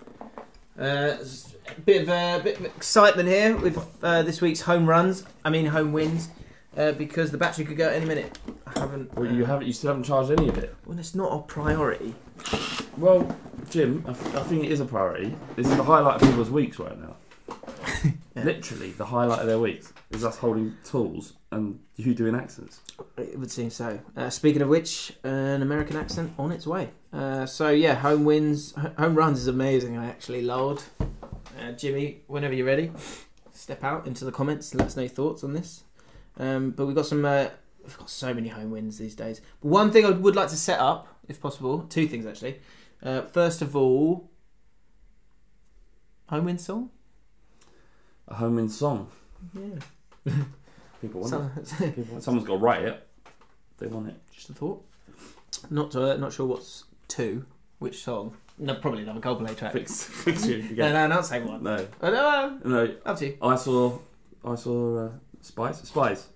S4: Uh, s- bit of uh, bit of excitement here with uh, this week's home runs. I mean home wins, uh, because the battery could go at any minute. I haven't. uh,
S3: that? Well, you haven't. You still haven't charged any of it.
S4: Well, it's not a priority.
S3: Well, Jim, I, th- I think it is a priority. This is the highlight of people's weeks right now. Literally, the highlight of their weeks is us holding tools and you doing accents.
S4: It would seem so. Uh, speaking of which, an American accent on its way. Uh, so yeah, home wins, h- home runs is amazing. I actually lolled. Uh, Jimmy, whenever you're ready, step out into the comments. and Let us know your thoughts on this. Um, but we've got some. Uh, we've got so many home wins these days. But one thing I would like to set up, if possible, two things actually. Uh, first of all, home win song.
S3: A home in song.
S4: Yeah.
S3: People want
S4: Some-
S3: it. People want- someone's got to write it. They want it.
S4: Just a thought. Not uh, not sure what's two, which song. No, probably another Coldplay track.
S3: Fix, fix you
S4: No,
S3: again.
S4: no, not say one.
S3: No,
S4: Oh, no,
S3: no.
S4: up to you.
S3: I saw, I saw uh, spies. Spies.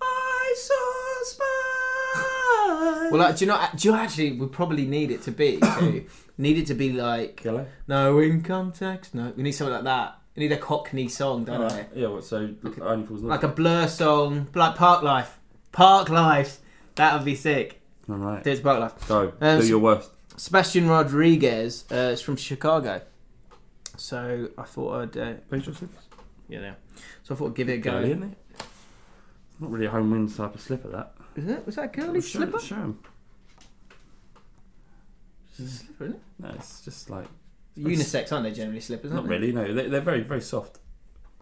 S3: I saw spies.
S4: Well, like, do you not? Do you actually? We probably need it to be. To, need it to be like
S3: Yellow.
S4: no income tax. No, we need something like that. We need a Cockney song, don't we?
S3: Alright, Uh, Yeah. Well, so look, only fools
S4: Like a Blur song, like Park Life. Park Life. That would be sick.
S3: All right.
S4: There's Park Life.
S3: Go.
S4: Um,
S3: do
S4: so-
S3: your worst.
S4: Sebastian Rodriguez uh, is from Chicago, so I thought I'd uh,
S3: Please, Joseph.
S4: you know, so I thought I'd give it a go.
S3: Girly, isn't it? Not really a home wins type of slipper. That.
S4: Is it? Was that a girly
S3: Show-
S4: slipper?
S3: Show him.
S4: Slipper, isn't
S3: No, it's just like
S4: it? Unisex, aren't they generally slippers? Aren't
S3: not
S4: they?
S3: really. No, they, they're very very soft.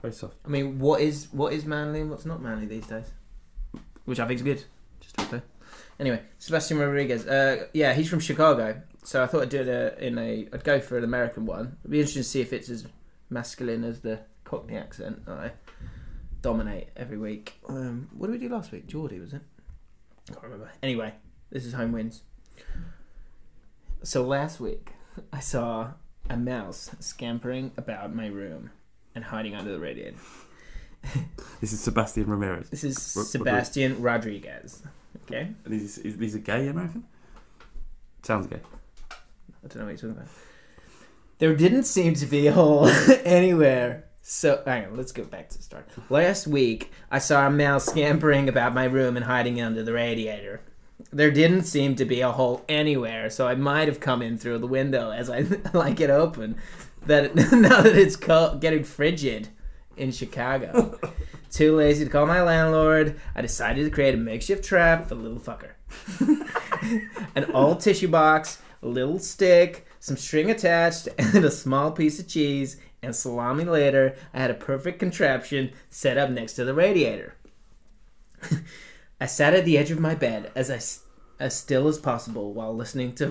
S3: Very soft.
S4: I mean, what is what is manly and what's not manly these days? Which I think's good. Just to be clear. Anyway, Sebastian Rodriguez. Uh, yeah, he's from Chicago, so I thought I'd do it uh, in a. I'd go for an American one. It'd be interesting to see if it's as masculine as the Cockney accent that I dominate every week. Um, what did we do last week? Geordie was it? I can't remember. Anyway, this is home wins. So last week, I saw a mouse scampering about my room and hiding under the radiator.
S3: This is Sebastian Ramirez.
S4: This is
S3: Ro- Rodri-
S4: Sebastian Rodriguez. Okay,
S3: And he's, he's, he's a gay American? Sounds gay.
S4: I don't know what you're talking about. There didn't seem to be a hole anywhere. So, hang on, let's go back to the start. Last week, I saw a mouse scampering about my room and hiding under the radiator. There didn't seem to be a hole anywhere, so I might have come in through the window as I like it open. That now that it's cold, getting frigid in Chicago, too lazy to call my landlord, I decided to create a makeshift trap for the little fucker. an old tissue box, a little stick, some string attached, and a small piece of cheese and salami later, I had a perfect contraption set up next to the radiator. I sat at the edge of my bed as I s- as still as possible while listening to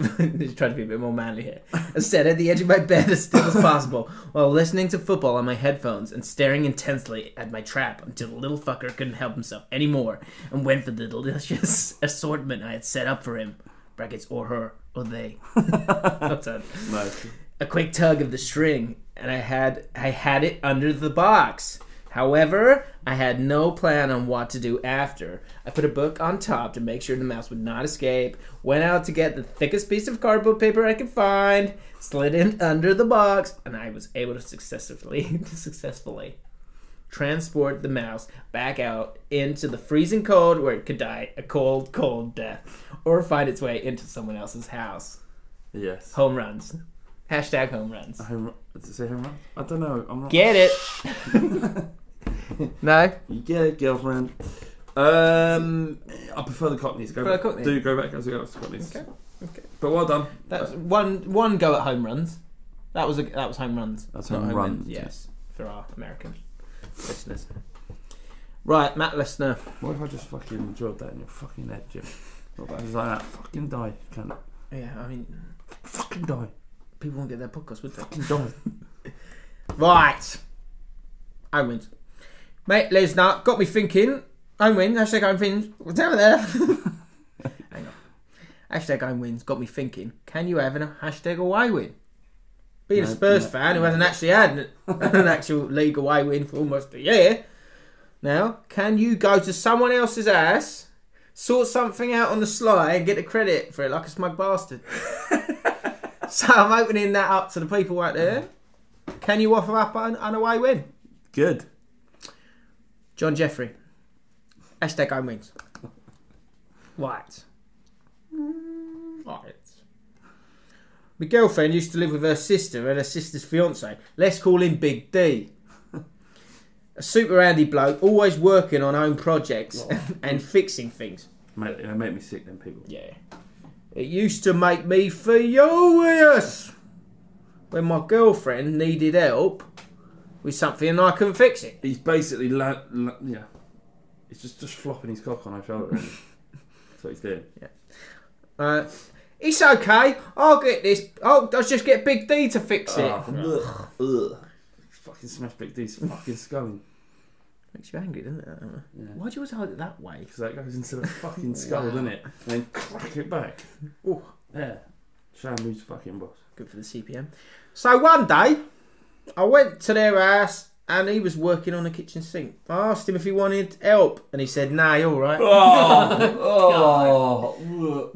S4: trying to be a bit more manly here. I sat at the edge of my bed as still as possible while listening to football on my headphones and staring intensely at my trap until the little fucker couldn't help himself anymore and went for the delicious assortment I had set up for him. Brackets or her or they. I'm done
S3: Nice.
S4: a quick tug of the string and I had I had it under the box. However, I had no plan on what to do after. I put a book on top to make sure the mouse would not escape, went out to get the thickest piece of cardboard paper I could find, slid it under the box, and I was able to successfully successfully transport the mouse back out into the freezing cold where it could die a cold, cold death, or find its way into someone else's house.
S3: Yes.
S4: Home runs. Hashtag home runs.
S3: Home, does it say home run? I don't know. I'm not.
S4: Get it? no.
S3: You get it, girlfriend. Um, I prefer the Cockneys. Go
S4: Prefer
S3: back.
S4: Cockney?
S3: Do go back as we go to the Cockneys.
S4: Okay, okay.
S3: But well done.
S4: That's one one go at home runs. That was a that was home runs.
S3: That's
S4: not
S3: home runs,
S4: Yes, for our American listeners. Right, Matt Lesnar.
S3: What if I just fucking drilled that in your fucking head, Jim? What about just like that? Fucking die, can't I?
S4: Yeah, I mean,
S3: Fucking die.
S4: people won't get their podcast, would they?
S3: Fucking
S4: die. right. Owens. Mate, Lesnar got me thinking. Owen wins. Hashtag Owen wins. Whatever there. Hang on. Hashtag Owen wins got me thinking. Can you have a hashtag away win? Being a
S3: No,
S4: Spurs
S3: no.
S4: fan who hasn't actually had an, an actual league away win for almost a year, now can you go to someone else's ass, sort something out on the sly, and get the credit for it like a smug bastard? so I'm opening that up to the people out there. Can you offer up an, an away win?
S3: Good.
S4: John Jeffrey. Hashtag own wings. Right. Mm, Right. My girlfriend used to live with her sister and her sister's fiance. Let's call him Big D. A super handy bloke, always working on own projects and fixing things.
S3: Mate, they make me sick, them people.
S4: Yeah. It used to make me furious when my girlfriend needed help with something and I couldn't fix it.
S3: He's basically, la- la- yeah. He's just, just flopping his cock on our shoulder. isn't he? That's what he's doing.
S4: Uh, it's okay. I'll get this. I'll, I'll just get Big D to fix it.
S3: Oh, ugh, ugh. Fucking smash Big D's fucking skull.
S4: Makes you angry, doesn't it? Oh. Why do you always hold it that way?
S3: Because that goes into the fucking skull, doesn't it? And then crack it back.
S4: Oh,
S3: Yeah. Sham who's fucking boss.
S4: good for the CPM. So one day, I went to their house and he was working on the kitchen sink. I asked him if he wanted help, and he said, "Nah, you're all right."
S3: Oh,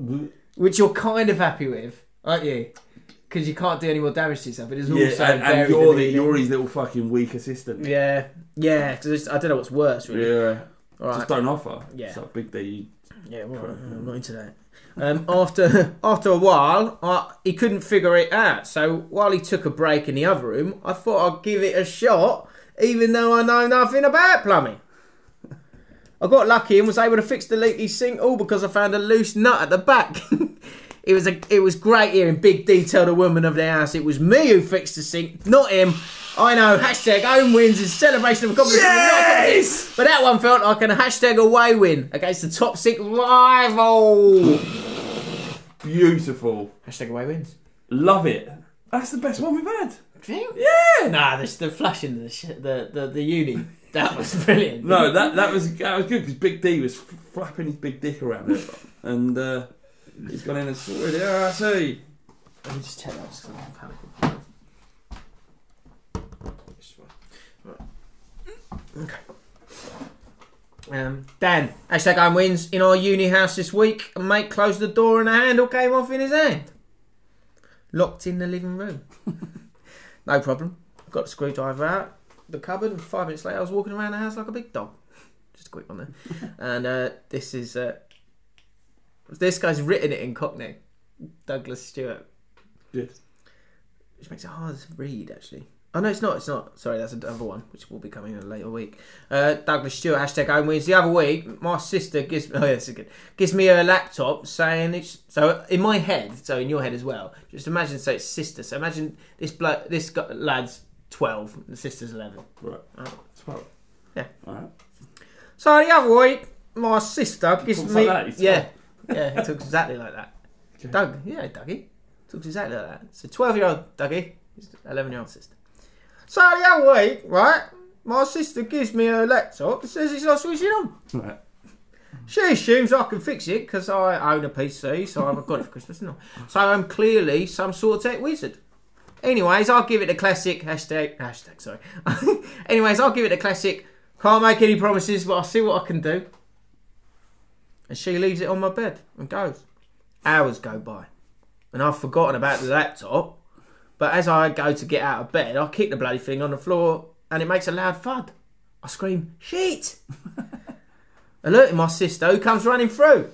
S4: Which you're kind of happy with, aren't you? Because you can't do any more damage to yourself. It is
S3: yeah,
S4: also
S3: and, and
S4: buried
S3: you're,
S4: in
S3: the,
S4: the-
S3: you're his little fucking weak assistant.
S4: yeah, yeah. 'cause it's- I don't know what's worse, really.
S3: Yeah.
S4: All right.
S3: Just don't offer.
S4: Yeah.
S3: It's like Big D. You,
S4: Yeah, well, I'm not into that. Um, after after a while, I, he couldn't figure it out. So while he took a break in the other room, I thought I'd give it a shot, even though I know nothing about plumbing. I got lucky and was able to fix the leaky sink all because I found a loose nut at the back. it was a it was great hearing Big D tell the woman of the house it was me who fixed the sink, not him. I know. Hashtag own wins is celebration of competition.
S3: Yes!
S4: But that one felt like an hashtag away win against the top six rival.
S3: beautiful.
S4: Hashtag away wins.
S3: Love it. That's the best one we've had.
S4: Yeah. Nah, this the flash into the sh- the, the the uni. That was brilliant.
S3: No, that that was that was good because Big D was f- flapping his big dick around it, and uh, he's gone in and sorted it. out, I see.
S4: Let me just check that just 'cause I'm panicking. This one. Right. Okay. Um, Dan, hashtag I'm wins in our uni house this week. A mate closed the door and a handle came off in his hand. Locked in the living room. no problem. Got the screwdriver out the cupboard, and five minutes later I was walking around the house like a big dog. Just a quick one there. and uh, this is uh, this guy's written it in Cockney. Douglas Stewart
S3: Good.
S4: which makes it hard to read actually. Oh no, it's not. It's not. Sorry, that's another one, which will be coming in a later week. Uh, Douglas Stewart hashtag own wins. The other week, my sister gives me. Oh, yeah, this is good. Gives me her laptop, saying it's so in my head. So in your head as well. Just imagine. So it's sister. So imagine this bloke, this gu- lad's twelve, and the sister's eleven.
S3: Right. It's about-
S4: Yeah.
S3: All right.
S4: So the other week, my sister gives
S3: talks
S4: me.
S3: like that, he's
S4: yeah, yeah, he talks exactly like that. Doug, yeah, Dougie, talks exactly like that. So twelve-year-old Dougie, eleven-year-old sister. So the other week, right, my sister gives me her laptop and says it's not switching on.
S3: Right.
S4: She assumes I can fix it because I own a PC, so I've got it for Christmas. No. So I'm clearly some sort of tech wizard. Anyways, I'll give it a classic hashtag. Hashtag, sorry. Anyways, I'll give it a classic. Can't make any promises, but I'll see what I can do. And she leaves it on my bed and goes. Hours go by, and I've forgotten about the laptop. But as I go to get out of bed, I kick the bloody thing on the floor, and it makes a loud thud. I scream, "Shit!" alerting my sister, who comes running through.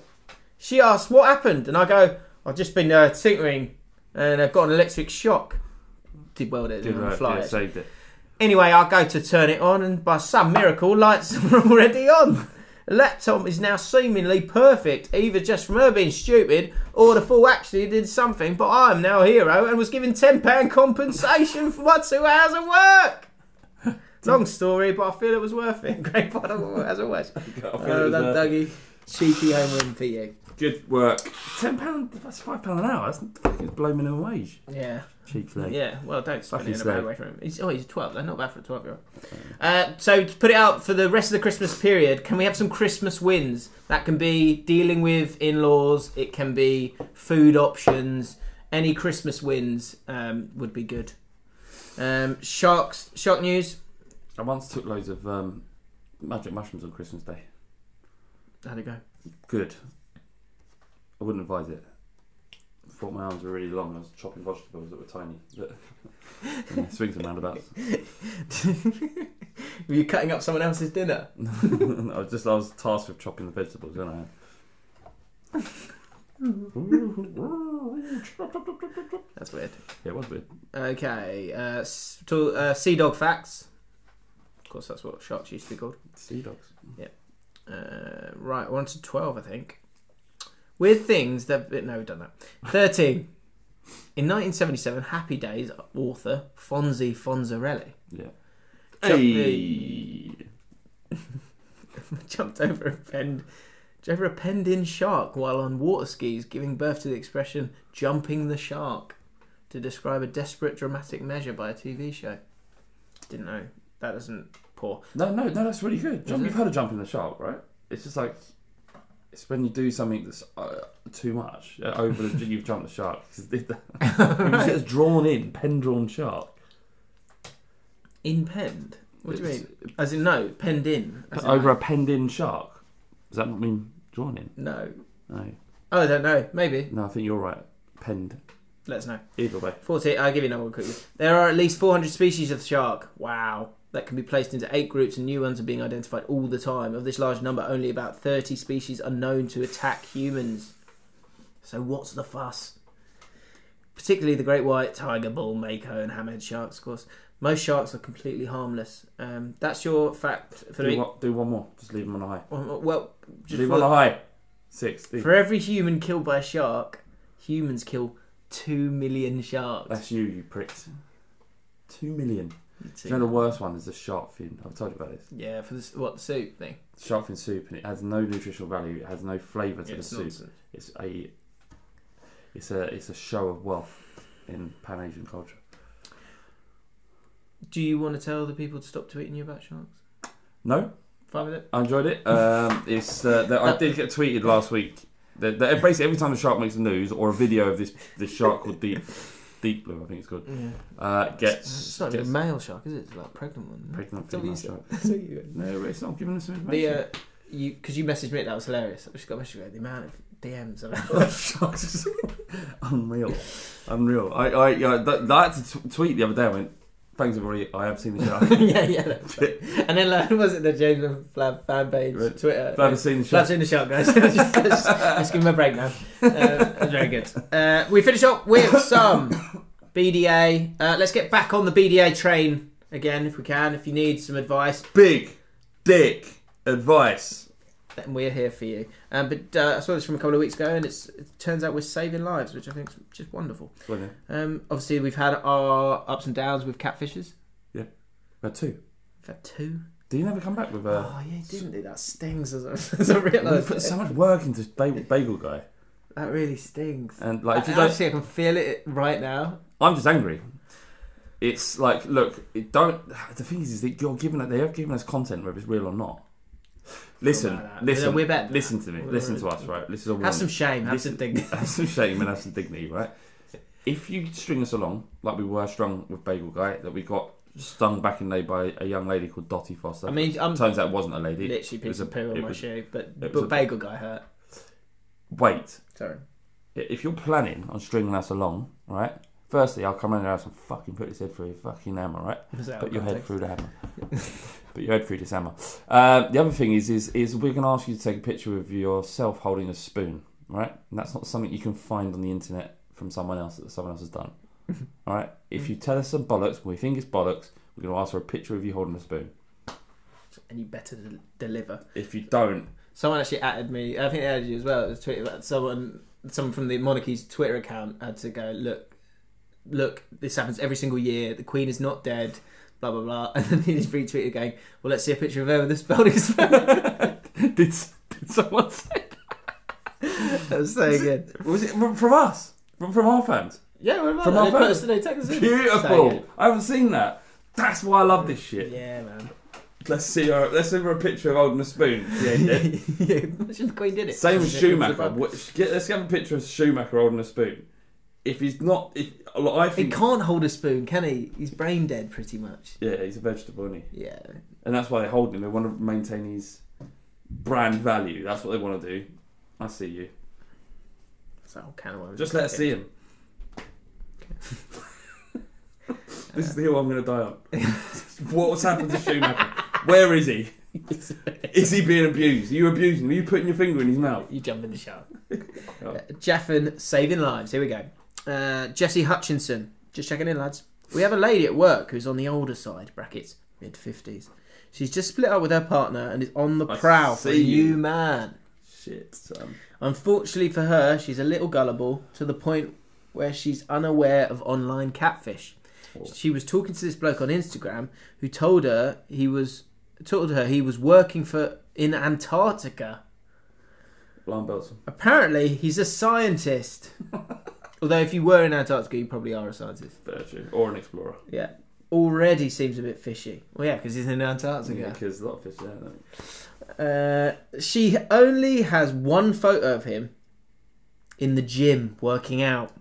S4: She asks, What happened? And I go, I've just been uh, tinkering and I've got an electric shock. Did well there,
S3: Good
S4: didn't I?
S3: work.
S4: Fly
S3: Yeah,
S4: it.
S3: saved it.
S4: Anyway, I go to turn it on, and by some miracle, lights are already on. The laptop is now seemingly perfect, either just from her being stupid or the fool actually did something. But I am now a hero and was given £10 compensation for my two hours of work. Long story, but I feel it was worth it. Great pod as always.
S3: was
S4: Well done,
S3: worth
S4: Uh, Dougie. Cheeky home run for you.
S3: Good work. Ten pound. That's five pound an hour. That's fucking below minimum wage.
S4: Yeah.
S3: Cheek leg.
S4: Yeah, well, don't spin
S3: Fucking
S4: it in a bad
S3: slag.
S4: way from him. He's, oh, he's 12. They're not bad for a 12 year old. Uh, so, to put it out for the rest of the Christmas period, can we have some Christmas wins? That can be dealing with in laws, it can be food options. Any Christmas wins um, would be good. Um, sharks, shark news.
S3: I once took loads of um, magic mushrooms on Christmas Day.
S4: How'd it go?
S3: Good. I wouldn't advise it. I thought my arms were really long. I was chopping vegetables that were tiny. But yeah, swings and roundabouts.
S4: Were you cutting up someone else's dinner?
S3: I was just I was tasked with chopping the vegetables, weren't I?
S4: That's weird.
S3: Yeah, it was weird.
S4: Okay, uh, s- to, uh, Sea Dog Facts. Of course, that's what sharks used to be called.
S3: Sea dogs.
S4: Yep. Uh, right, one to twelve, I think. Weird things that no, we've done that. Thirteen. In 1977, Happy Days author Fonzie Fonzarelli
S3: Yeah.
S4: Jump-
S3: Hey.
S4: jumped over a penned, jumped over a penned in shark while on water skis, giving birth to the expression "jumping the shark" to describe a desperate dramatic measure by a TV show. Didn't know that doesn't pour.
S3: No, no, no. That's really good. Jump,
S4: Is it?
S3: you've heard of jumping the shark, right? It's just like it's when you do something that's uh, too much uh, over. the, you've jumped the shark. It's drawn in, pen drawn shark.
S4: In penned. What do you
S3: It's-
S4: mean? As in no, penned in. As in,
S3: over a penned in shark. Does that not mean drawn in?
S4: No.
S3: No.
S4: Oh, I don't know. Maybe.
S3: No, I think you're right. Penned.
S4: Let us know.
S3: Either way.
S4: 40. I'll give you another one quickly. There are at least 400 species of shark. Wow. That can be placed into eight groups and new ones are being identified all the time. Of this large number, only about 30 species are known to attack humans. So what's the fuss? Particularly the great white, tiger, bull, mako, and hammerhead sharks, of course. Most sharks are completely harmless. Um, that's your fact for the
S3: Do,
S4: week.
S3: one, do one more. Just leave them on a high.
S4: Well, well, just
S3: leave
S4: for
S3: them on
S4: the-
S3: a high. Six. leave-
S4: For every human killed by a shark, humans kill two million sharks.
S3: That's you, you pricks. Two million.
S4: too.
S3: You know the worst one is the shark fin. I've told you about this.
S4: Yeah, for this what the soup thing.
S3: Shark fin soup, and it has no nutritional value. It has no flavour to
S4: It's
S3: the soup.
S4: nonsense.
S3: It's a, it's a, it's a show of wealth in Pan Asian culture.
S4: Do you want to tell the people to stop tweeting you about sharks?
S3: No,
S4: Fine with it.
S3: I enjoyed it. Um, it's uh, that I did get tweeted last week. That, that basically every time the shark makes the news or a video of this this shark called Deep Deep Blue, I think it's called, uh,
S4: It's
S3: gets,
S4: not even
S3: gets
S4: a male shark, is it? It's like a pregnant one. isn't it?
S3: pregnant
S4: That's what
S3: female
S4: you said.
S3: shark.
S4: That's what you said.
S3: No, it's not giving us some
S4: The
S3: information.
S4: uh, you because you messaged me that was hilarious. I just got a message about the amount of DMs about sharks.
S3: Unreal, unreal. I, I, yeah, that, that t- tweet the other day. I went, thanks everybody. I have seen the shark.
S4: yeah, yeah. That's right. And then like, was it the James and Flav fan page
S3: Right.
S4: Twitter?
S3: Flav has seen the
S4: Flav's
S3: shark.
S4: seen the shark, guys. let's, let's- let's give him a break now. Uh, that's very good. Uh, we finish up with some BDA. Uh, let's get back on the BDA train again if we can. If you need some advice,
S3: Big dick advice.
S4: then we're here for you. Um, but uh, I saw this from a couple of weeks ago, and it's, it turns out we're saving lives, which I think is just wonderful.
S3: Well, yeah.
S4: Um, obviously, we've had our ups and downs with catfishes.
S3: yeah. Uh, two.
S4: We've had two.
S3: Do you never come back with
S4: Oh
S3: a?
S4: yeah, it didn't do that stings as I, as I
S3: we
S4: realised.
S3: put so much work into this bagel, bagel guy,
S4: That really stings.
S3: and like if you don't,
S4: Actually, I can feel it right now.
S3: I'm just angry. It's like, look, it don't. The thing is, is that you're giving it. They have given us content, whether it's real or not. Listen,
S4: about that.
S3: listen,
S4: We're better than
S3: listen
S4: that.
S3: to me.
S4: We're-
S3: listen to us, right? This is a warning.
S4: Have some shame. Have
S3: Listen-
S4: some dignity.
S3: have some shame and have some dignity, right? If you string us along, like we were strung with Bagel Guy, that we got stung back in the day by a young lady called Dottie Foster.
S4: I mean, I'm-
S3: turns out it wasn't a lady.
S4: Literally
S3: It was
S4: piece of
S3: a-
S4: poo on
S3: it
S4: my
S3: was-
S4: shoe, but
S3: it
S4: but
S3: was a-
S4: bagel guy hurt.
S3: Wait,
S4: Sorry.
S3: if you're planning on stringing us along, right? Firstly, I'll come around your house and fucking put this head through your fucking hammer,
S4: Is that
S3: right? Put
S4: what
S3: your head
S4: context?
S3: through the hammer. Put your head through this hammer. Uh, the other thing is, is, is we're going to ask you to take a picture of yourself holding a spoon, right? And that's not something you can find on the internet from someone else that someone else has done. All right. If you tell us some bollocks, we think it's bollocks. We're going to ask for a picture of you holding a spoon.
S4: And you better del- deliver.
S3: If you don't,
S4: Someone actually added me. I think they added you as well. It was tweeted about someone. Someone from the monarchy's Twitter account had to go look. Look, this happens every single year. The Queen is not dead. blah blah blah, and then he just retweeted going, "Well, let's see a picture of her with this spelled his
S3: did, did someone say
S4: that? That was so
S3: Was
S4: good.
S3: it- was it from from us? From, from our fans?
S4: Yeah, what about
S3: from
S4: that?
S3: our
S4: They put
S3: fans?
S4: us in, they took us in. Saying
S3: Beautiful.
S4: it.
S3: I haven't seen that. That's why I love this shit.
S4: Yeah, man.
S3: Let's see. Her, let's see her a picture of holding a spoon. She ain't dead.
S4: Imagine the Queen did it.
S3: Same as
S4: It was a
S3: Schumacher.
S4: bug.
S3: Which, get, let's get a picture of Schumacher holding a spoon. If he's not, if well, I
S4: He
S3: think,
S4: can't hold a spoon, can he? He's brain dead, pretty much.
S3: yeah, he's a vegetable, isn't he?
S4: Yeah.
S3: And that's why they hold him. They want to maintain his brand value. That's what they want to do. I see you.
S4: It's like, oh, can I-
S3: Just let us see him. this is the hill I'm going to die on. What's happened to Schumacher? Where is he? Is he being abused? Are you abusing him? Are you putting your finger in his mouth?
S4: You jump in the shower.
S3: Oh.
S4: Jaffin Uh, saving lives. Here we go. Uh, Jesse Hutchinson. Just checking in, lads. We have a lady at work who's on the older side, brackets, mid 50s. She's just split up with her partner and is on the
S3: I
S4: prowl for a
S3: see
S4: new
S3: you.
S4: man.
S3: Shit, son.
S4: Unfortunately for her, she's a little gullible to the point where she's unaware of online catfish.
S3: Oh.
S4: She was talking to this bloke on Instagram who told her he was told her he was working for in Antarctica.
S3: Alarm bells.
S4: Apparently, he's a scientist. Although, if you were in Antarctica, you probably are a scientist.
S3: Fair true. Or an explorer.
S4: Yeah. Already seems a bit fishy. Well, yeah, because he's in
S3: Yeah,
S4: Antarctica.
S3: because a lot of fish there. don't
S4: Uh, she only has one photo of him in the gym working out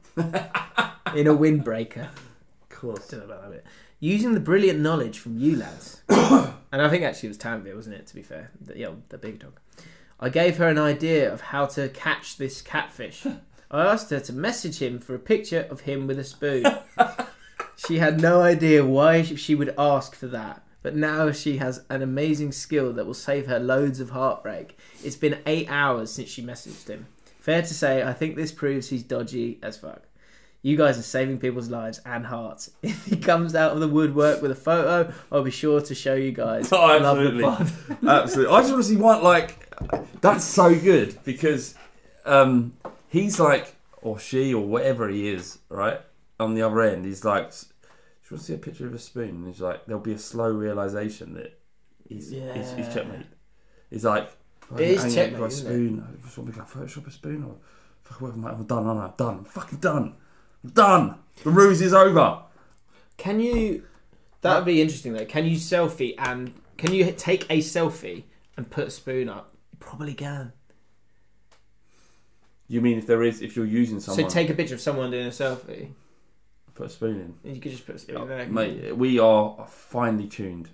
S4: in a windbreaker.
S3: Of course.
S4: Don't know about that bit. Using the brilliant knowledge from you lads, and I think actually it was Tanvir, wasn't it? To be fair, the, yeah, the big dog. I gave her an idea of how to catch this catfish. I asked her to message him for a picture of him with a spoon. she had no idea why sh- she would ask for that, but now she has an amazing skill that will save her loads of heartbreak. It's been eight hours since she messaged him. Fair to say, I think this proves he's dodgy as fuck. You guys are saving people's lives and hearts. If he comes out of the woodwork with a photo, I'll be sure to show you guys.
S3: Oh,
S4: I love the
S3: absolutely.
S4: pod.
S3: Absolutely. I just want to see one like that's so good because um, he's like or she or whatever he is, right? On the other end, he's like, "Do you want to see a picture of a spoon?" And he's like, "There'll be a slow realization that he's he's, he's checkmate." He's like, "Oh,
S4: It is
S3: hang on,
S4: checkmate,
S3: I've got a
S4: isn't it?
S3: spoon. I just want to go Photoshop a spoon or fuck what am I? I'm done. aren't I? I'm done. I'm fucking done. I'm done. The ruse is over."
S4: Can you? That would be interesting though. Can you selfie and can you take a selfie and put a spoon up? You probably can.
S3: You mean if there is, if you're using someone,
S4: So take a picture of someone doing a selfie.
S3: put a spoon in.
S4: And you could just put a spoon there.
S3: Mate, we are finely tuned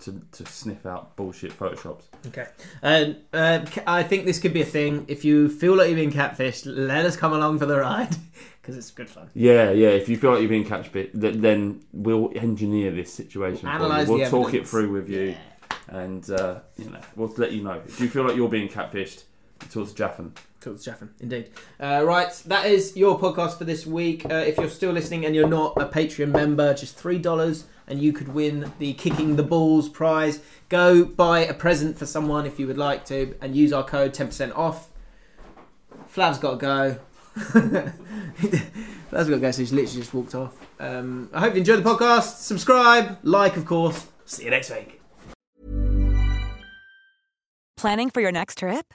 S3: to, to sniff out bullshit photoshops.
S4: Okay. Um, uh, ca- I think this could be a thing. If you feel like you're being catfished, let us come along for the ride because it's good fun.
S3: Yeah, yeah. If you feel like you're being catch bit, th- then we'll engineer this situation.
S4: Analyse
S3: for you.
S4: the
S3: We'll talk it
S4: evidence.
S3: through with you, and uh, you know, we'll let you know if you feel like you're being catfished. Talk to Jaffin.
S4: Towards Jaffin, indeed. Uh, right, that is your podcast for this week. Uh, if you're still listening and you're not a Patreon member, just three dollars and you could win the Kicking the Balls prize. Go buy a present for someone if you would like to, and use our code ten percent off. Flav's got to go. Flav's got to go, so he's literally just walked off. Um, I hope you enjoyed the podcast. Subscribe, like, of course. See you next week.
S5: Planning for your next trip?